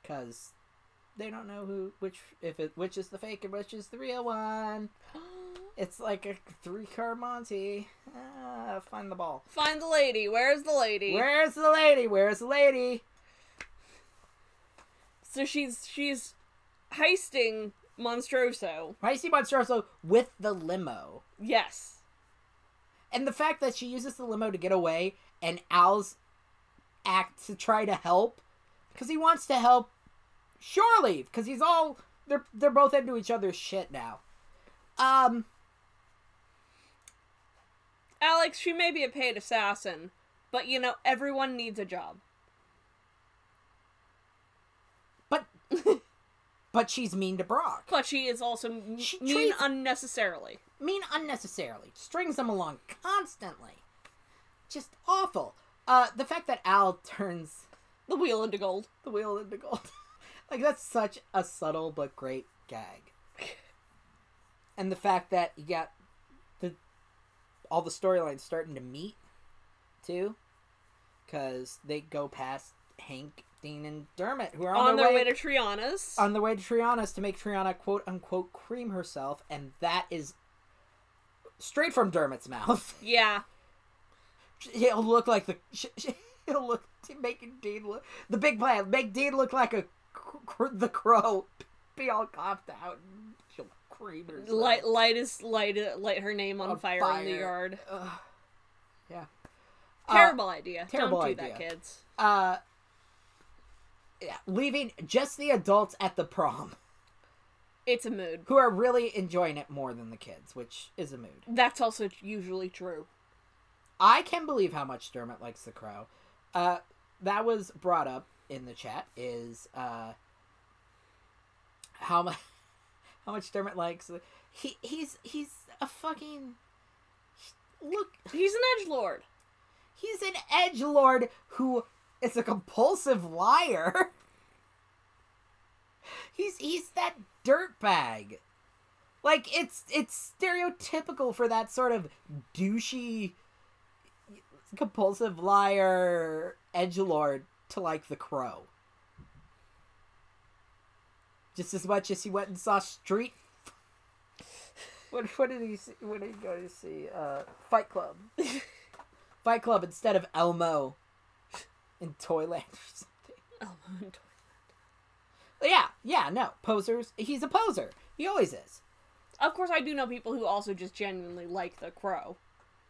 Speaker 4: because they don't know who, which, if it, which is the fake and which is the real one. It's like a three car Monty. Ah, find the ball.
Speaker 3: Find the lady. Where's the lady?
Speaker 4: Where's the lady? Where's the lady?
Speaker 3: So she's she's heisting Monstroso.
Speaker 4: Pricey Monstroso with the limo.
Speaker 3: Yes.
Speaker 4: And the fact that she uses the limo to get away and Al's act to try to help because he wants to help surely because he's all they're they're both into each other's shit now. Um
Speaker 3: Alex, she may be a paid assassin, but you know, everyone needs a job.
Speaker 4: but but she's mean to Brock.
Speaker 3: But she is also m-
Speaker 4: She
Speaker 3: mean
Speaker 4: treats-
Speaker 3: unnecessarily.
Speaker 4: mean unnecessarily. Strings them along constantly. Just awful. Uh the fact that Al turns
Speaker 3: The wheel into gold.
Speaker 4: the wheel into gold. like that's such a subtle but great gag. And the fact that you got the all the storylines starting to meet too, because they go past Hank, Dean, and Dermot, who are
Speaker 3: On, their way, to Triana's.
Speaker 4: on their way to Triana's to make Triana quote unquote cream herself, and that is straight from Dermot's mouth.
Speaker 3: yeah.
Speaker 4: He'll look like the. sh sh he'll look making Dean look the big plan. Make Dean look like a cr- cr- the crow. Be all coughed out. and She'll cream herself.
Speaker 3: Light light is light light her name on,
Speaker 4: On
Speaker 3: fire, in the
Speaker 4: fire.
Speaker 3: yard.
Speaker 4: Ugh. Yeah. Uh,
Speaker 3: Terrible idea.
Speaker 4: terrible
Speaker 3: Don't do that,
Speaker 4: idea.
Speaker 3: kids.
Speaker 4: Uh. Yeah, leaving just the adults at the prom
Speaker 3: It's a mood.
Speaker 4: who are really enjoying it more than the kids, which is a mood.
Speaker 3: That's also usually true.
Speaker 4: I can believe how much Dermot likes the crow. Uh, that was brought up in the chat is uh, how much how much Dermot likes the- he he's he's a fucking look
Speaker 3: He's an edge lord.
Speaker 4: he's an edge lord who is a compulsive liar. He's he's that dirtbag. Like it's it's stereotypical for that sort of douchey compulsive liar edge lord to like the crow. Just as much as he went and saw Street what, what did he see? What did he go to see? Uh, Fight Club. Fight Club instead of Elmo in Toyland or something. Yeah, yeah, no. Posers. He's a poser. He always is.
Speaker 3: Of course, I do know people who also just genuinely like the crow.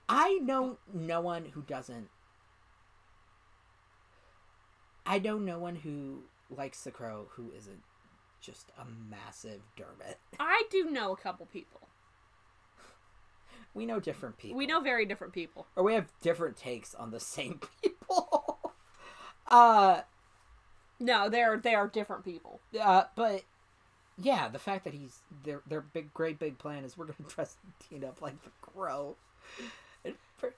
Speaker 4: I know no one who doesn't. I know no one who likes the crow who isn't just a massive Dermot.
Speaker 3: I do know a couple people.
Speaker 4: We know different people.
Speaker 3: We know very different people.
Speaker 4: or we have different takes on the same people. uh
Speaker 3: No, they are they are different people.
Speaker 4: Uh, but yeah, the fact that he's their their big great big plan is we're gonna dress Dean up like the crow. For-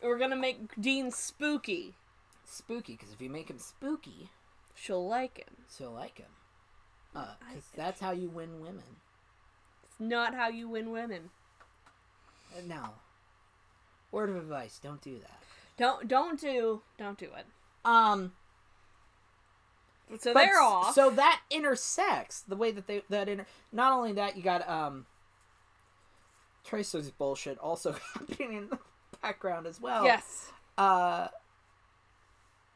Speaker 3: We're gonna make Dean spooky.
Speaker 4: Spooky, because if you make him spooky,
Speaker 3: She'll like him.
Speaker 4: she'll like him. Uh, 'cause that's how you win women.
Speaker 3: It's not how you win women.
Speaker 4: Uh, No. Word of advice: Don't do that.
Speaker 3: Don't don't do don't do it.
Speaker 4: Um,
Speaker 3: So
Speaker 4: but
Speaker 3: they're
Speaker 4: s-
Speaker 3: off.
Speaker 4: So that intersects the way that they that inter. Not only that, you got um. Tracer's bullshit also happening in the background as well.
Speaker 3: yes,
Speaker 4: uh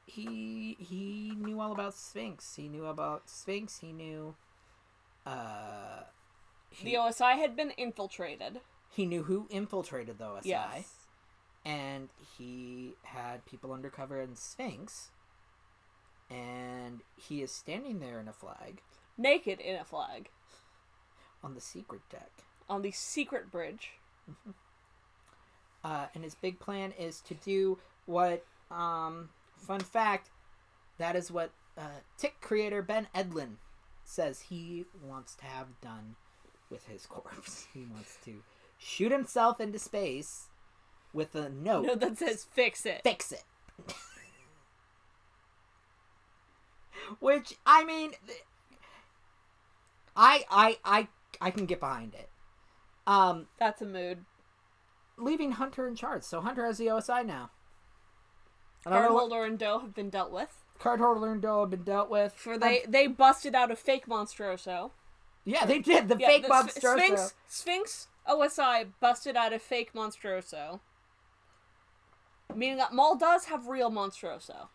Speaker 4: he he knew all about sphinx he knew about sphinx he knew uh
Speaker 3: the OSI had been infiltrated.
Speaker 4: he knew who infiltrated the osi
Speaker 3: Yes,
Speaker 4: and he had people undercover in sphinx and he is standing there in a flag
Speaker 3: naked in a flag
Speaker 4: on the secret deck
Speaker 3: on the secret bridge.
Speaker 4: uh, and his big plan is to do what um, fun fact that is what uh, tick creator ben edlin says he wants to have done with his corpse he wants to shoot himself into space with a note
Speaker 3: No, that says fix it.
Speaker 4: fix it which i mean th- I I I I can get behind it. Um,
Speaker 3: That's a mood.
Speaker 4: leaving Hunter in charge, so Hunter has the OSI now. I don't know what-
Speaker 3: Cardholder and Doe have been dealt with.
Speaker 4: Cardholder and Doe have been dealt with.
Speaker 3: For they they busted out a fake Monstroso.
Speaker 4: yeah, they did the
Speaker 3: Yeah,
Speaker 4: fake
Speaker 3: the
Speaker 4: Bob
Speaker 3: Sph-
Speaker 4: Stroso.
Speaker 3: Sphinx Sphinx OSI busted out a fake Monstroso. Meaning that Maul does have real Monstroso.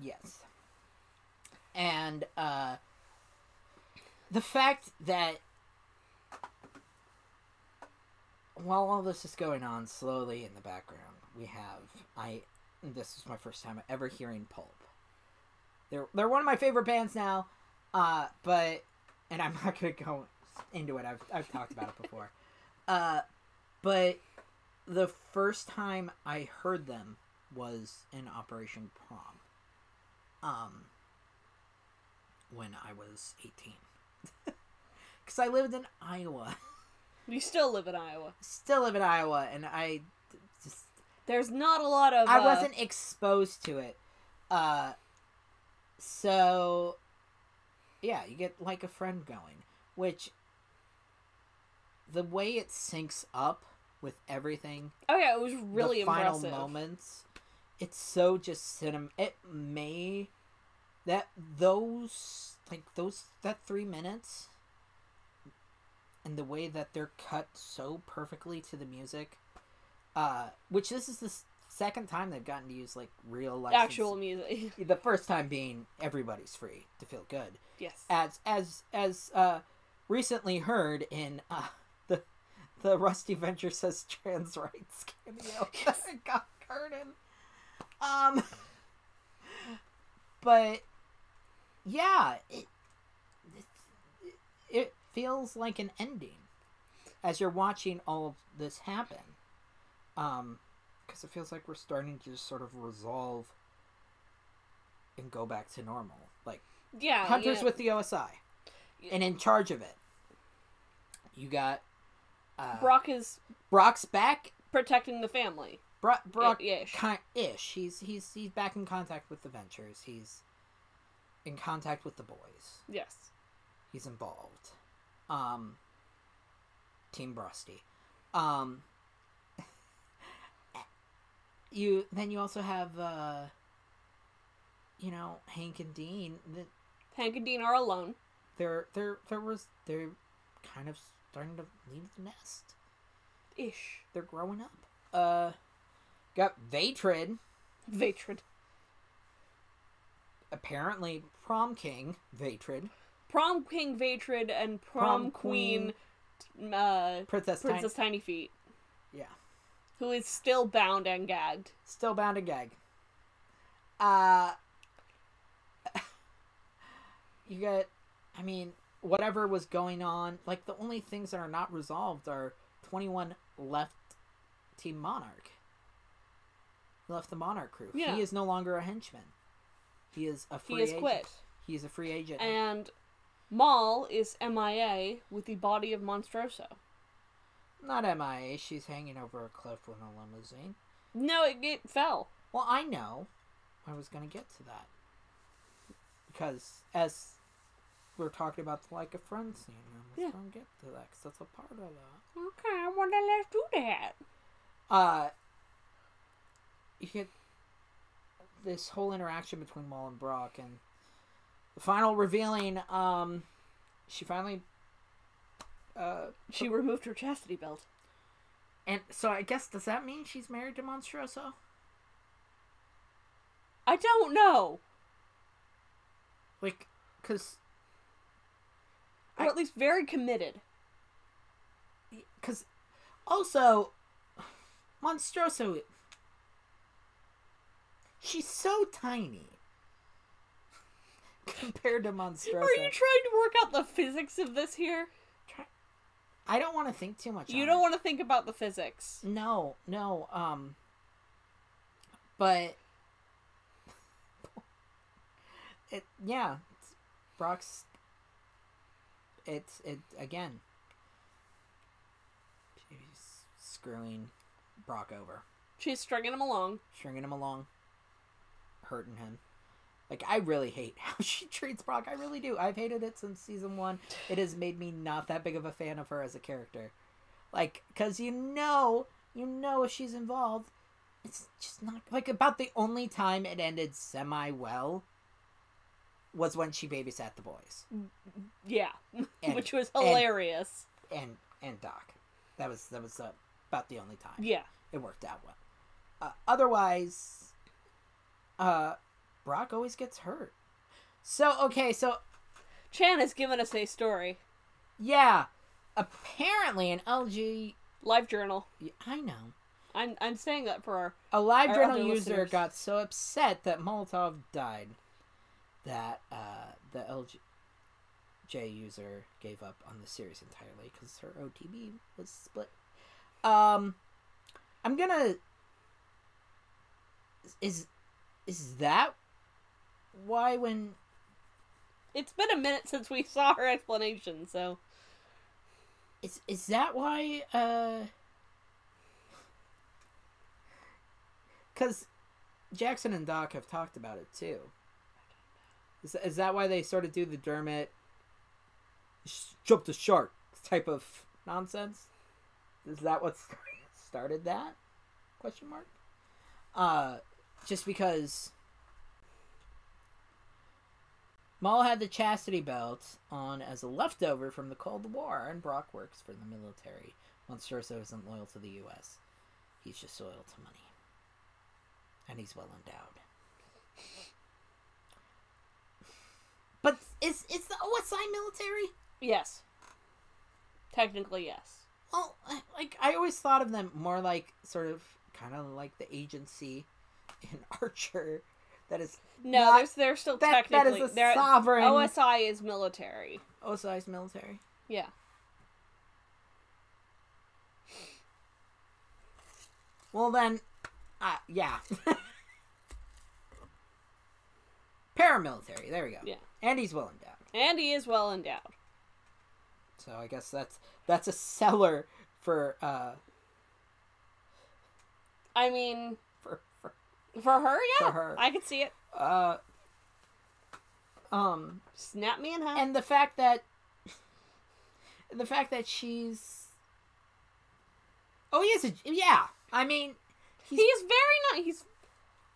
Speaker 4: Yes. And uh the fact that while all this is going on slowly in the background, we have I this is my first time ever hearing Pulp. They're they're one of my favorite bands now, uh but and I'm not going to go into it. I've I've talked about it before. Uh but the first time I heard them was in Operation Prom um when I was 18 cuz I lived in Iowa.
Speaker 3: We still live in Iowa.
Speaker 4: Still live in Iowa and I just
Speaker 3: There's not a lot of.
Speaker 4: I
Speaker 3: uh,
Speaker 4: wasn't exposed to it. Uh so yeah, you get like a friend going, which the way it syncs up with everything
Speaker 3: Oh yeah, it was really
Speaker 4: the final
Speaker 3: impressive.
Speaker 4: moments. It's so just cinem. It may that those like those that three minutes and the way that they're cut so perfectly to the music, uh, which this is the s- second time they've gotten to use like real life
Speaker 3: Actual music.
Speaker 4: The first time being everybody's free to feel good
Speaker 3: yes.
Speaker 4: as as as uh recently heard in uh the the Rusty Venture says trans rights cameo that I got Curtin. Um but yeah, it, it it feels like an ending as you're watching all of this happen. Um because it feels like we're starting to just sort of resolve and go back to normal. Like
Speaker 3: Yeah.
Speaker 4: Hunter's
Speaker 3: Oh, yeah.
Speaker 4: with the OSI and in charge of it. You got uh,
Speaker 3: Brock is
Speaker 4: Brock's back.
Speaker 3: protecting the family.
Speaker 4: Bro- Brock
Speaker 3: ish.
Speaker 4: ki- ish. He's he's he's back in contact with the Ventures. He's in contact with the boys.
Speaker 3: Yes.
Speaker 4: He's involved. Um, Team Brusty. Um, you then you also have uh, you know Hank and Dean. The,
Speaker 3: Hank and Dean are alone.
Speaker 4: they're they're there was they're kind of starting to leave the nest.
Speaker 3: Ish.
Speaker 4: They're growing up. Uh, got Vatrid,
Speaker 3: Vatrid.
Speaker 4: apparently prom king Vatrid,
Speaker 3: Prom King Vatrid and Prom,
Speaker 4: Prom
Speaker 3: Queen, uh,
Speaker 4: Princess, Tiny-
Speaker 3: Princess Tiny Feet,
Speaker 4: yeah,
Speaker 3: who is still bound and gagged.
Speaker 4: still bound to gag. Uh, you get, I mean, whatever was going on. Like the only things that are not resolved are twenty one left Team Monarch. Left the Monarch crew.
Speaker 3: Yeah.
Speaker 4: He is no longer a henchman. He is a free
Speaker 3: He has
Speaker 4: agent.
Speaker 3: quit.
Speaker 4: He is a free agent.
Speaker 3: And Maul is MIA with the body of Monstroso.
Speaker 4: Not MIA. She's hanging over a cliff with a limousine.
Speaker 3: No, it, it fell.
Speaker 4: Well, I know. I was going to get to that. Because as we're talking about the like a friend scene, I was
Speaker 3: Yeah.
Speaker 4: going to get to that because that's a part of that.
Speaker 3: Okay, I wonder let's do that.
Speaker 4: Uh, you get this whole interaction between Maul and Brock and the final revealing, um, she finally, uh,
Speaker 3: She removed her chastity belt.
Speaker 4: and so I guess, does that mean she's married to Monstroso?
Speaker 3: I don't know.
Speaker 4: Like, because
Speaker 3: Or at least very committed.
Speaker 4: because also Monstroso she's so tiny compared to Monstroso.
Speaker 3: Are you trying to work out the physics of this here?
Speaker 4: I don't want to think too much.
Speaker 3: You
Speaker 4: on
Speaker 3: don't
Speaker 4: it.
Speaker 3: want to think about the physics.
Speaker 4: No, no. Um, but it yeah, it's- Brock's. It's it again. She's screwing Brock over.
Speaker 3: She's stringing him along.
Speaker 4: stringing him along, hurting him. Like I really hate how she treats Brock. I really do. I've hated it since season one. It has made me not that big of a fan of her as a character. Like, cause you know, you know if she's involved, it's just not like about the only time it ended semi well was when she babysat the boys
Speaker 3: Yeah.
Speaker 4: And-
Speaker 3: Which was
Speaker 4: and-
Speaker 3: hilarious.
Speaker 4: and and Doc. That was that was uh, about the only time.
Speaker 3: yeah.
Speaker 4: it worked out well. Uh, otherwise, uh, Brock always gets hurt. So okay, so
Speaker 3: Chan has given us a story.
Speaker 4: yeah, apparently an LG.
Speaker 3: Live journal.
Speaker 4: I know
Speaker 3: I'm I'm saying that for our
Speaker 4: a live
Speaker 3: Our
Speaker 4: journal
Speaker 3: other
Speaker 4: user
Speaker 3: listeners.
Speaker 4: got so upset that Molotov died that uh, the LG. J user gave up on the series entirely because her OTB was split. Um, I'm gonna. Is is that why when
Speaker 3: It's been a minute since we saw her explanation, so
Speaker 4: is is that why uh? Because Jackson and Doc have talked about it too. Is is that why they sort of do the Dermot "Sh- jump the shark type of nonsense? Is that what started that? Question mark. Uh, just because Maul had the chastity belt on as a leftover from the Cold War, and Brock works for the military. Once Durso isn't loyal to the U.S., he's just loyal to money. And he's well endowed. But is, is the OSI military?
Speaker 3: yes. Technically yes.
Speaker 4: Well, I- like, I always thought of them more like sort of kind of like the agency in Archer that is
Speaker 3: No,
Speaker 4: Not-
Speaker 3: there's, they're still
Speaker 4: that- that is
Speaker 3: technically
Speaker 4: a
Speaker 3: they're-
Speaker 4: sovereign-
Speaker 3: OSI is military.
Speaker 4: OSI's military.
Speaker 3: Yeah.
Speaker 4: Well then, uh, yeah. Paramilitary. There we go.
Speaker 3: Yeah.
Speaker 4: And he's well endowed,
Speaker 3: And he is well endowed.
Speaker 4: so I guess that's that's a seller for uh
Speaker 3: I mean,
Speaker 4: for, for
Speaker 3: for her, yeah.
Speaker 4: For her.
Speaker 3: I could see it.
Speaker 4: uh um
Speaker 3: Snap me in half.
Speaker 4: and the fact that the fact that she's oh he is a yeah I mean
Speaker 3: he's, very nice. He's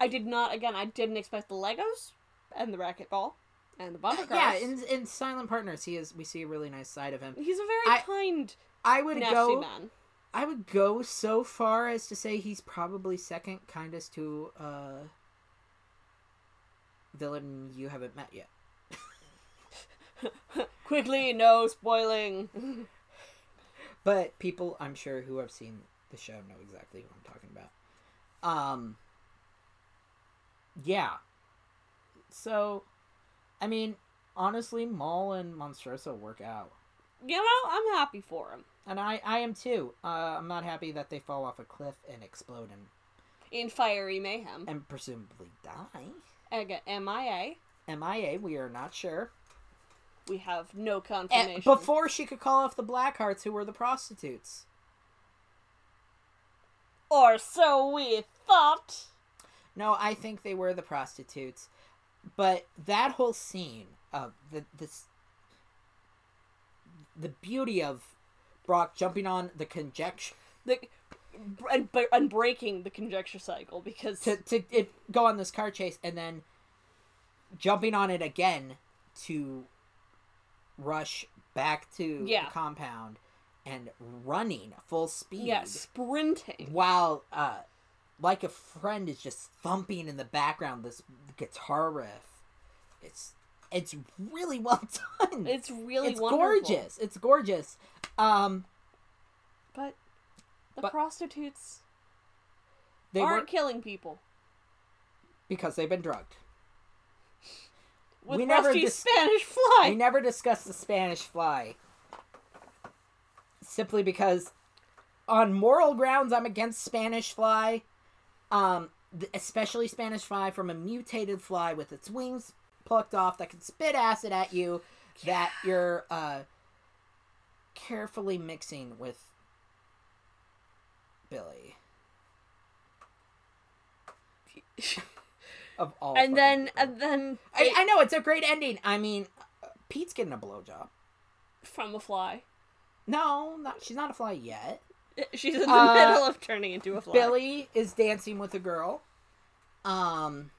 Speaker 3: I did not again, I didn't expect the Legos and the racquetball and the bumper
Speaker 4: yeah
Speaker 3: cars.
Speaker 4: in in Silent Partners he is we see a really nice side of him.
Speaker 3: he's a very
Speaker 4: I-
Speaker 3: kind
Speaker 4: I would
Speaker 3: nasty
Speaker 4: go
Speaker 3: man.
Speaker 4: I would go so far as to say he's probably second kindest to uh villain you haven't met yet.
Speaker 3: Quickly, no spoiling.
Speaker 4: But people I'm sure who have seen the show know exactly who I'm talking about. Um Yeah. So I mean, honestly, Maul and Monstroso work out.
Speaker 3: you know, I'm happy for him.
Speaker 4: And I, I am too. Uh, I'm not happy that they fall off a cliff and explode and,
Speaker 3: In fiery mayhem.
Speaker 4: and presumably die.
Speaker 3: Ega MIA.
Speaker 4: MIA, we are not sure.
Speaker 3: We have no
Speaker 4: And
Speaker 3: confirmation.
Speaker 4: before she could call off the Blackhearts, who were the prostitutes.
Speaker 3: or so we thought.
Speaker 4: No, I think they were the prostitutes. But that whole scene of the this the beauty of Brock jumping on the conjecture
Speaker 3: The, and, but- and breaking the conjecture cycle because
Speaker 4: to to it, go on this car chase and then jumping on it again to rush back to
Speaker 3: Yeah.
Speaker 4: the compound and running full speed.
Speaker 3: yeah, sprinting.
Speaker 4: while uh like a friend is just thumping in the background this guitar riff it's it's really well done
Speaker 3: It's really
Speaker 4: It's
Speaker 3: wonderful.
Speaker 4: gorgeous it's gorgeous um
Speaker 3: But the
Speaker 4: But-
Speaker 3: prostitutes
Speaker 4: they
Speaker 3: aren't
Speaker 4: were
Speaker 3: killing people
Speaker 4: because they've been drugged
Speaker 3: with
Speaker 4: We never
Speaker 3: rusty
Speaker 4: dis-
Speaker 3: Spanish fly.
Speaker 4: we never discussed the spanish fly simply because on moral grounds i'm against spanish fly um th- especially spanish fly from a mutated fly with its wings plucked off that can spit acid at you that you're uh carefully mixing with billy of all. fucking
Speaker 3: and then
Speaker 4: people.
Speaker 3: and then
Speaker 4: I,
Speaker 3: they-
Speaker 4: I know it's a great ending. I mean, Pete's getting a blowjob.
Speaker 3: from a fly.
Speaker 4: No, not she's not a fly yet.
Speaker 3: She's in the
Speaker 4: Uh,
Speaker 3: middle of turning into a fly.
Speaker 4: Billy is dancing with a girl, um,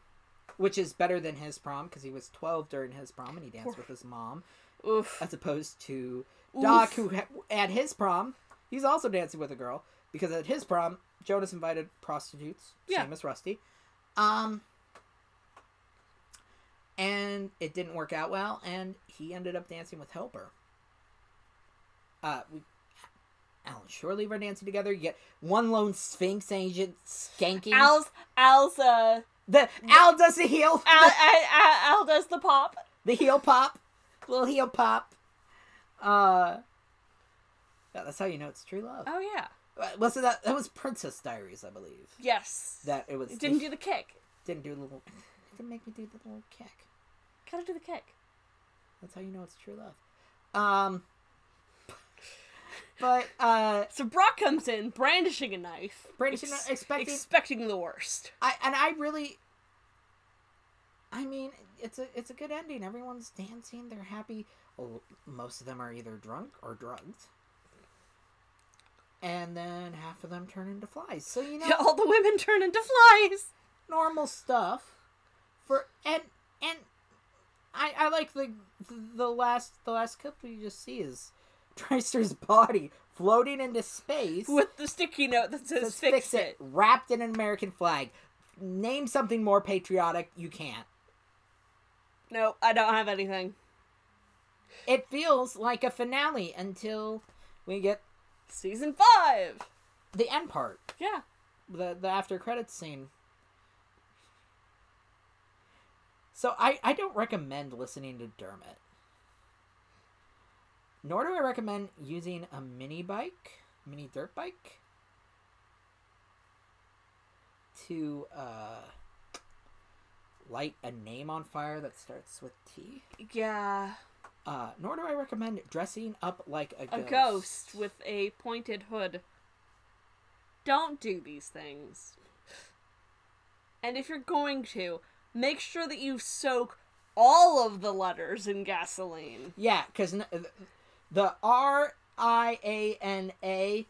Speaker 4: which is better than his prom because he was twelve during his prom and he danced with his mom,
Speaker 3: Oof.
Speaker 4: as opposed to
Speaker 3: Oof.
Speaker 4: Doc, who ha- at his prom he's also dancing with a girl because at his prom Jonas invited prostitutes,
Speaker 3: Yeah.
Speaker 4: same as Rusty, um, and it didn't work out well, and he ended up dancing with Helper. Uh, we Alan Shirley were dancing together. You get one lone Sphinx agent skanking.
Speaker 3: Al's Al's uh
Speaker 4: the Al does the heel,
Speaker 3: Al, Al, Al, Al does the pop.
Speaker 4: the heel pop, little heel pop. Uh, yeah, that's how you know it's true love.
Speaker 3: Oh yeah.
Speaker 4: Uh, Was it that? That was Princess Diaries, I believe.
Speaker 3: Yes.
Speaker 4: That it was.
Speaker 3: It didn't do the kick.
Speaker 4: didn't do the little. It didn't make me do the little kick.
Speaker 3: Gotta do the kick.
Speaker 4: That's how you know it's true love. Um, but uh,
Speaker 3: So Brock comes in brandishing a knife,
Speaker 4: Brandishing a- expecting-
Speaker 3: expecting the worst.
Speaker 4: I and I really I mean, it's a it's a good ending. Everyone's dancing, they're happy. Well, most of them are either drunk or drugged. And then half of them turn into flies. So you know
Speaker 3: All the women turn into flies.
Speaker 4: normal stuff for and and I I like the the last the last clip we just see is Trister's body floating into space
Speaker 3: with the sticky note that says,
Speaker 4: says
Speaker 3: fix, it.
Speaker 4: wrapped in an American flag. Name something more patriotic. You can't.
Speaker 3: No, I don't have anything.
Speaker 4: It feels like a finale until we get
Speaker 3: Season five.
Speaker 4: the end part,
Speaker 3: Yeah.
Speaker 4: the the after credits scene. So I I don't recommend listening to Dermot. Nor do I recommend using a mini bike, mini dirt bike, to uh, light a name on fire that starts with T.
Speaker 3: Yeah.
Speaker 4: Uh, nor do I recommend dressing up like a
Speaker 3: A
Speaker 4: ghost.
Speaker 3: ghost with a pointed hood. Don't do these things. And if you're going to, make sure that you soak all of the letters in gasoline.
Speaker 4: Yeah, because the R I A N A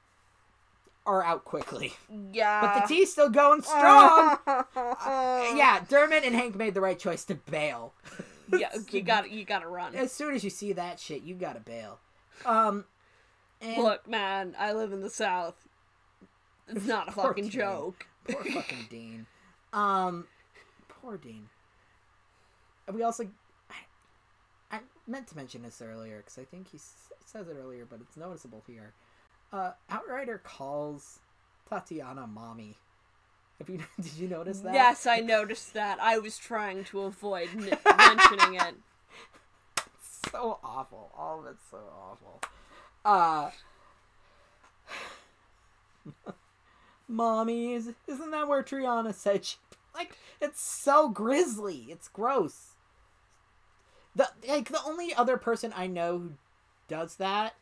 Speaker 4: are out quickly,
Speaker 3: Yeah.
Speaker 4: but the T's still going strong. Uh, yeah, Dermot and Hank made the right choice to bail.
Speaker 3: yeah, you got you got to run.
Speaker 4: As soon as you see that shit, you gotta bail. Um, and
Speaker 3: Look, man, I live in the south. It's not a
Speaker 4: Poor
Speaker 3: fucking
Speaker 4: Dean.
Speaker 3: joke.
Speaker 4: poor fucking Dean. Um, poor Dean. And We also, I, I meant to mention this earlier because I think he s- says it earlier, but it's noticeable here. Uh, Outrider calls Tatiana mommy. Have you did you notice that?
Speaker 3: Yes, I noticed that. I was trying to avoid n- mentioning it.
Speaker 4: so awful. All of it's so awful. Uh Mommies, isn't that where Triana said she like it's so grisly. It's gross. The like the only other person I know who does that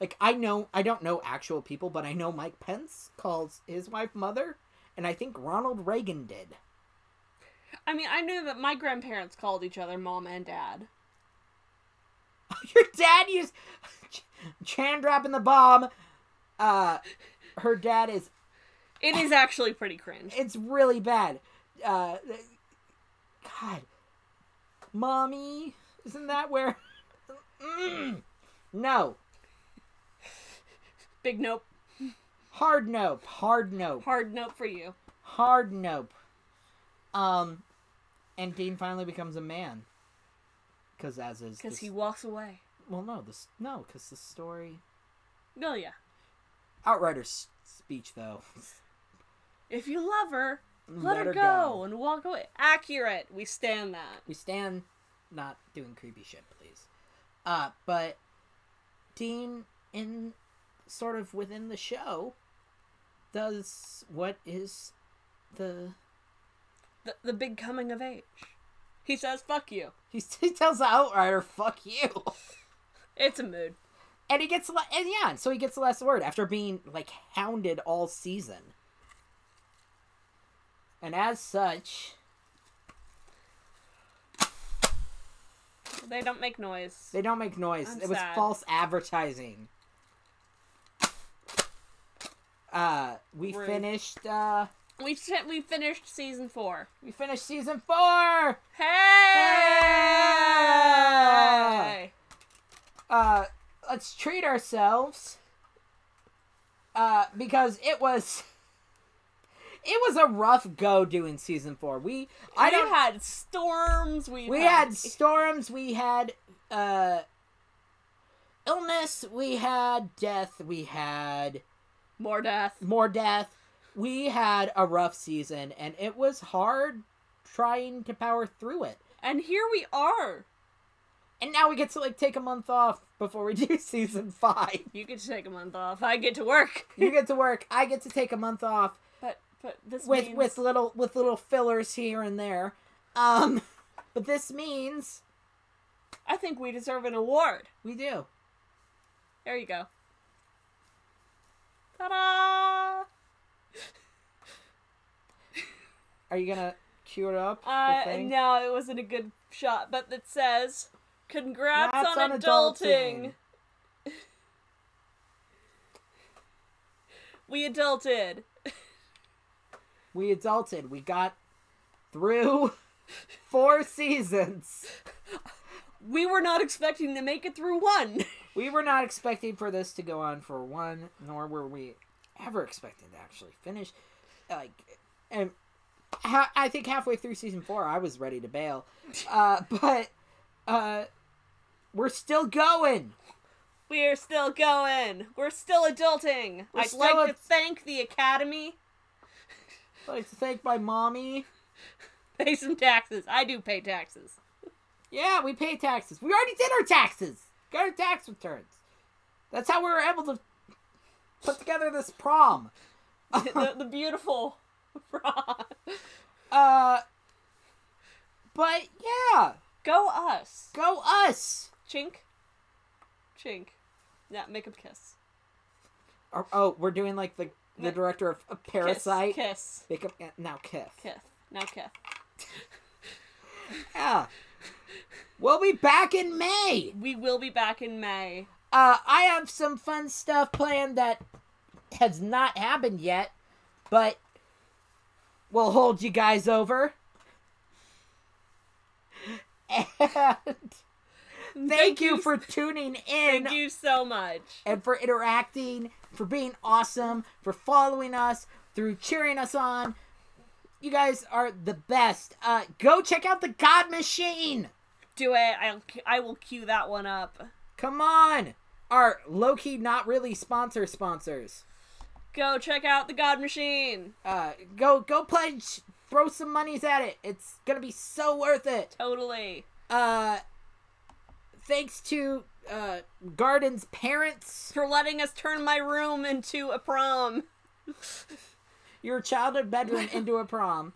Speaker 4: like I know I don't know actual people, but I know Mike Pence calls his wife mother, and I think Ronald Reagan did.
Speaker 3: I mean, I knew that my grandparents called each other mom and dad.
Speaker 4: Your dad used Ch- Chan dropping the bomb. Uh, her dad is.
Speaker 3: It is actually pretty cringe.
Speaker 4: It's really bad. Uh, God, mommy, isn't that where? Mm. No,
Speaker 3: Big nope.
Speaker 4: hard nope, hard nope,
Speaker 3: Hard nope for you.
Speaker 4: hard nope. Um, and Dean finally becomes a man. Because as is
Speaker 3: Because
Speaker 4: this-
Speaker 3: he walks away.
Speaker 4: well, no, this no, because the story.
Speaker 3: Oh, yeah.
Speaker 4: Outrider's speech though.
Speaker 3: If you love her, let, her, go, and walk away. Accurate. We stand that.
Speaker 4: We stand not doing creepy shit, please. Uh, but Dean, in sort of within the show, does what is the
Speaker 3: The, the big coming of age. He says, fuck you.
Speaker 4: he still tells the outrider "fuck you,"
Speaker 3: It's a mood.
Speaker 4: and he gets le- and yeah, so he gets the last word after being like hounded all season. And as such,
Speaker 3: They don't make noise.
Speaker 4: They don't make noise.
Speaker 3: I'm
Speaker 4: it was
Speaker 3: sad.
Speaker 4: false advertising. Uh, we
Speaker 3: Rude.
Speaker 4: finished. Uh,
Speaker 3: We fi- we finished season four.
Speaker 4: we finished season four.
Speaker 3: Hey!
Speaker 4: Uh, let's treat ourselves. Uh, because it was. It was a rough go doing season four. We I
Speaker 3: we
Speaker 4: don't
Speaker 3: had storms. We
Speaker 4: we
Speaker 3: had,
Speaker 4: had storms. We had uh illness. We had death. We had
Speaker 3: more death.
Speaker 4: more death. We had a rough season, and it was hard trying to power through it.
Speaker 3: And here we are.
Speaker 4: And now we get to like take a month off before we do season five.
Speaker 3: You get to take a month off. I get to work.
Speaker 4: You get to work. I get to take a month off
Speaker 3: But but this
Speaker 4: with
Speaker 3: means
Speaker 4: with little with little fillers here and there. Um, but this means
Speaker 3: I think we deserve an award.
Speaker 4: we do.
Speaker 3: There you go. Ta-da!
Speaker 4: Are you gonna cue it up? the
Speaker 3: Uh,
Speaker 4: thing?
Speaker 3: no, it wasn't a good shot, but it says, "Congrats
Speaker 4: That's
Speaker 3: on, adulting. We adulted.
Speaker 4: We adulted. We got through four seasons.
Speaker 3: We were not expecting to make it through one.
Speaker 4: We were not expecting for this to go on for one, nor were we ever expecting to actually finish. Like, and ha- I think halfway through season four, I was ready to bail. Uh, but uh, we're still going.
Speaker 3: We're still going. We're still adulting.
Speaker 4: We're
Speaker 3: I'd
Speaker 4: still
Speaker 3: like to
Speaker 4: ad-
Speaker 3: thank the Academy.
Speaker 4: I'd like to thank my mommy.
Speaker 3: Pay some taxes. I do pay taxes.
Speaker 4: Yeah, we pay taxes. We already did our taxes. Got our tax returns. That's how we were able to put together this prom.
Speaker 3: the, the beautiful frog.
Speaker 4: Uh, but yeah,
Speaker 3: Go us.
Speaker 4: go us.
Speaker 3: Chink. Chink. Yeah, make him kiss.
Speaker 4: Or, oh, we're doing like the the director of, of Parasite.
Speaker 3: Kiss.
Speaker 4: Make up eh, now, Kiff.
Speaker 3: Kiss. Kiss. Now kiss.
Speaker 4: Yeah, we'll be back in May.
Speaker 3: We will be back in May.
Speaker 4: Uh, I have some fun stuff planned that has not happened yet, but we'll hold you guys over. And thank, you, for tuning in.
Speaker 3: Thank you so much.
Speaker 4: and for interacting, for being awesome, for following us, through cheering us on. You guys are the best. Uh, go check out the God Machine.
Speaker 3: Do it. I'll. I will cue that one up.
Speaker 4: Come on, our low key not really sponsor sponsors.
Speaker 3: Go check out the God Machine.
Speaker 4: Uh, go go pledge, throw some monies at it. It's gonna be so worth it.
Speaker 3: Totally.
Speaker 4: Uh, thanks to uh Garden's parents,
Speaker 3: For letting us turn my room into a prom.
Speaker 4: your childhood bedroom into a prom.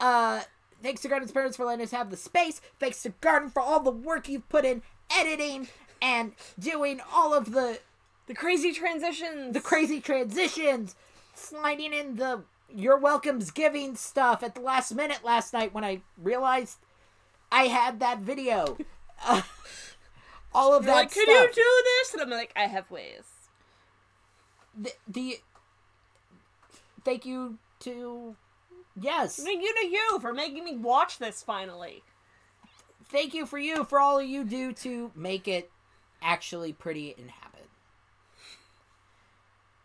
Speaker 4: Uh, thanks to Garden's parents for letting us have the space. Thanks to Garden for all the work you've put in editing and doing all of the
Speaker 3: The crazy transitions.
Speaker 4: the crazy transitions, sliding in the your welcome's giving stuff at the last minute last night when I realized I had that video. Uh, all of
Speaker 3: You're
Speaker 4: that
Speaker 3: like,
Speaker 4: stuff.
Speaker 3: could you do this? And I'm like, I have ways.
Speaker 4: the, the thank you to yes.
Speaker 3: Thank you to you for making me watch this finally.
Speaker 4: thank you for you for all you do to make it actually pretty and happen.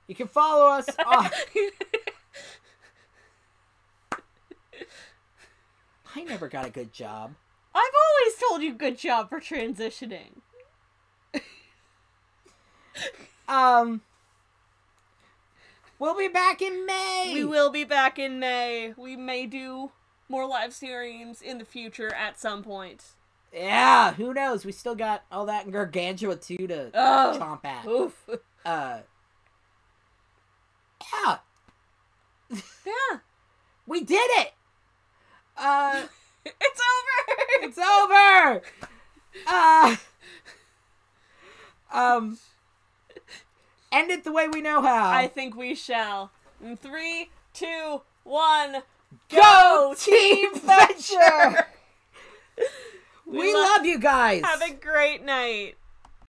Speaker 4: You can follow us on. I never got a good job.
Speaker 3: I've always told you good job for transitioning.
Speaker 4: Um, we'll be back in May.
Speaker 3: We will be back in May. We may do more live streams in the future at some point.
Speaker 4: Yeah, who knows? We still got all that gargantua too to
Speaker 3: Ugh.
Speaker 4: chomp at.
Speaker 3: Oh, Oof.
Speaker 4: Uh, yeah,
Speaker 3: Yeah.
Speaker 4: we did it. Uh.
Speaker 3: It's over.
Speaker 4: It's over. Uh, um, end it the way we know how.
Speaker 3: I think we shall. In three, two, one.
Speaker 4: Go Team Venture. We, love you guys.
Speaker 3: Have a great night.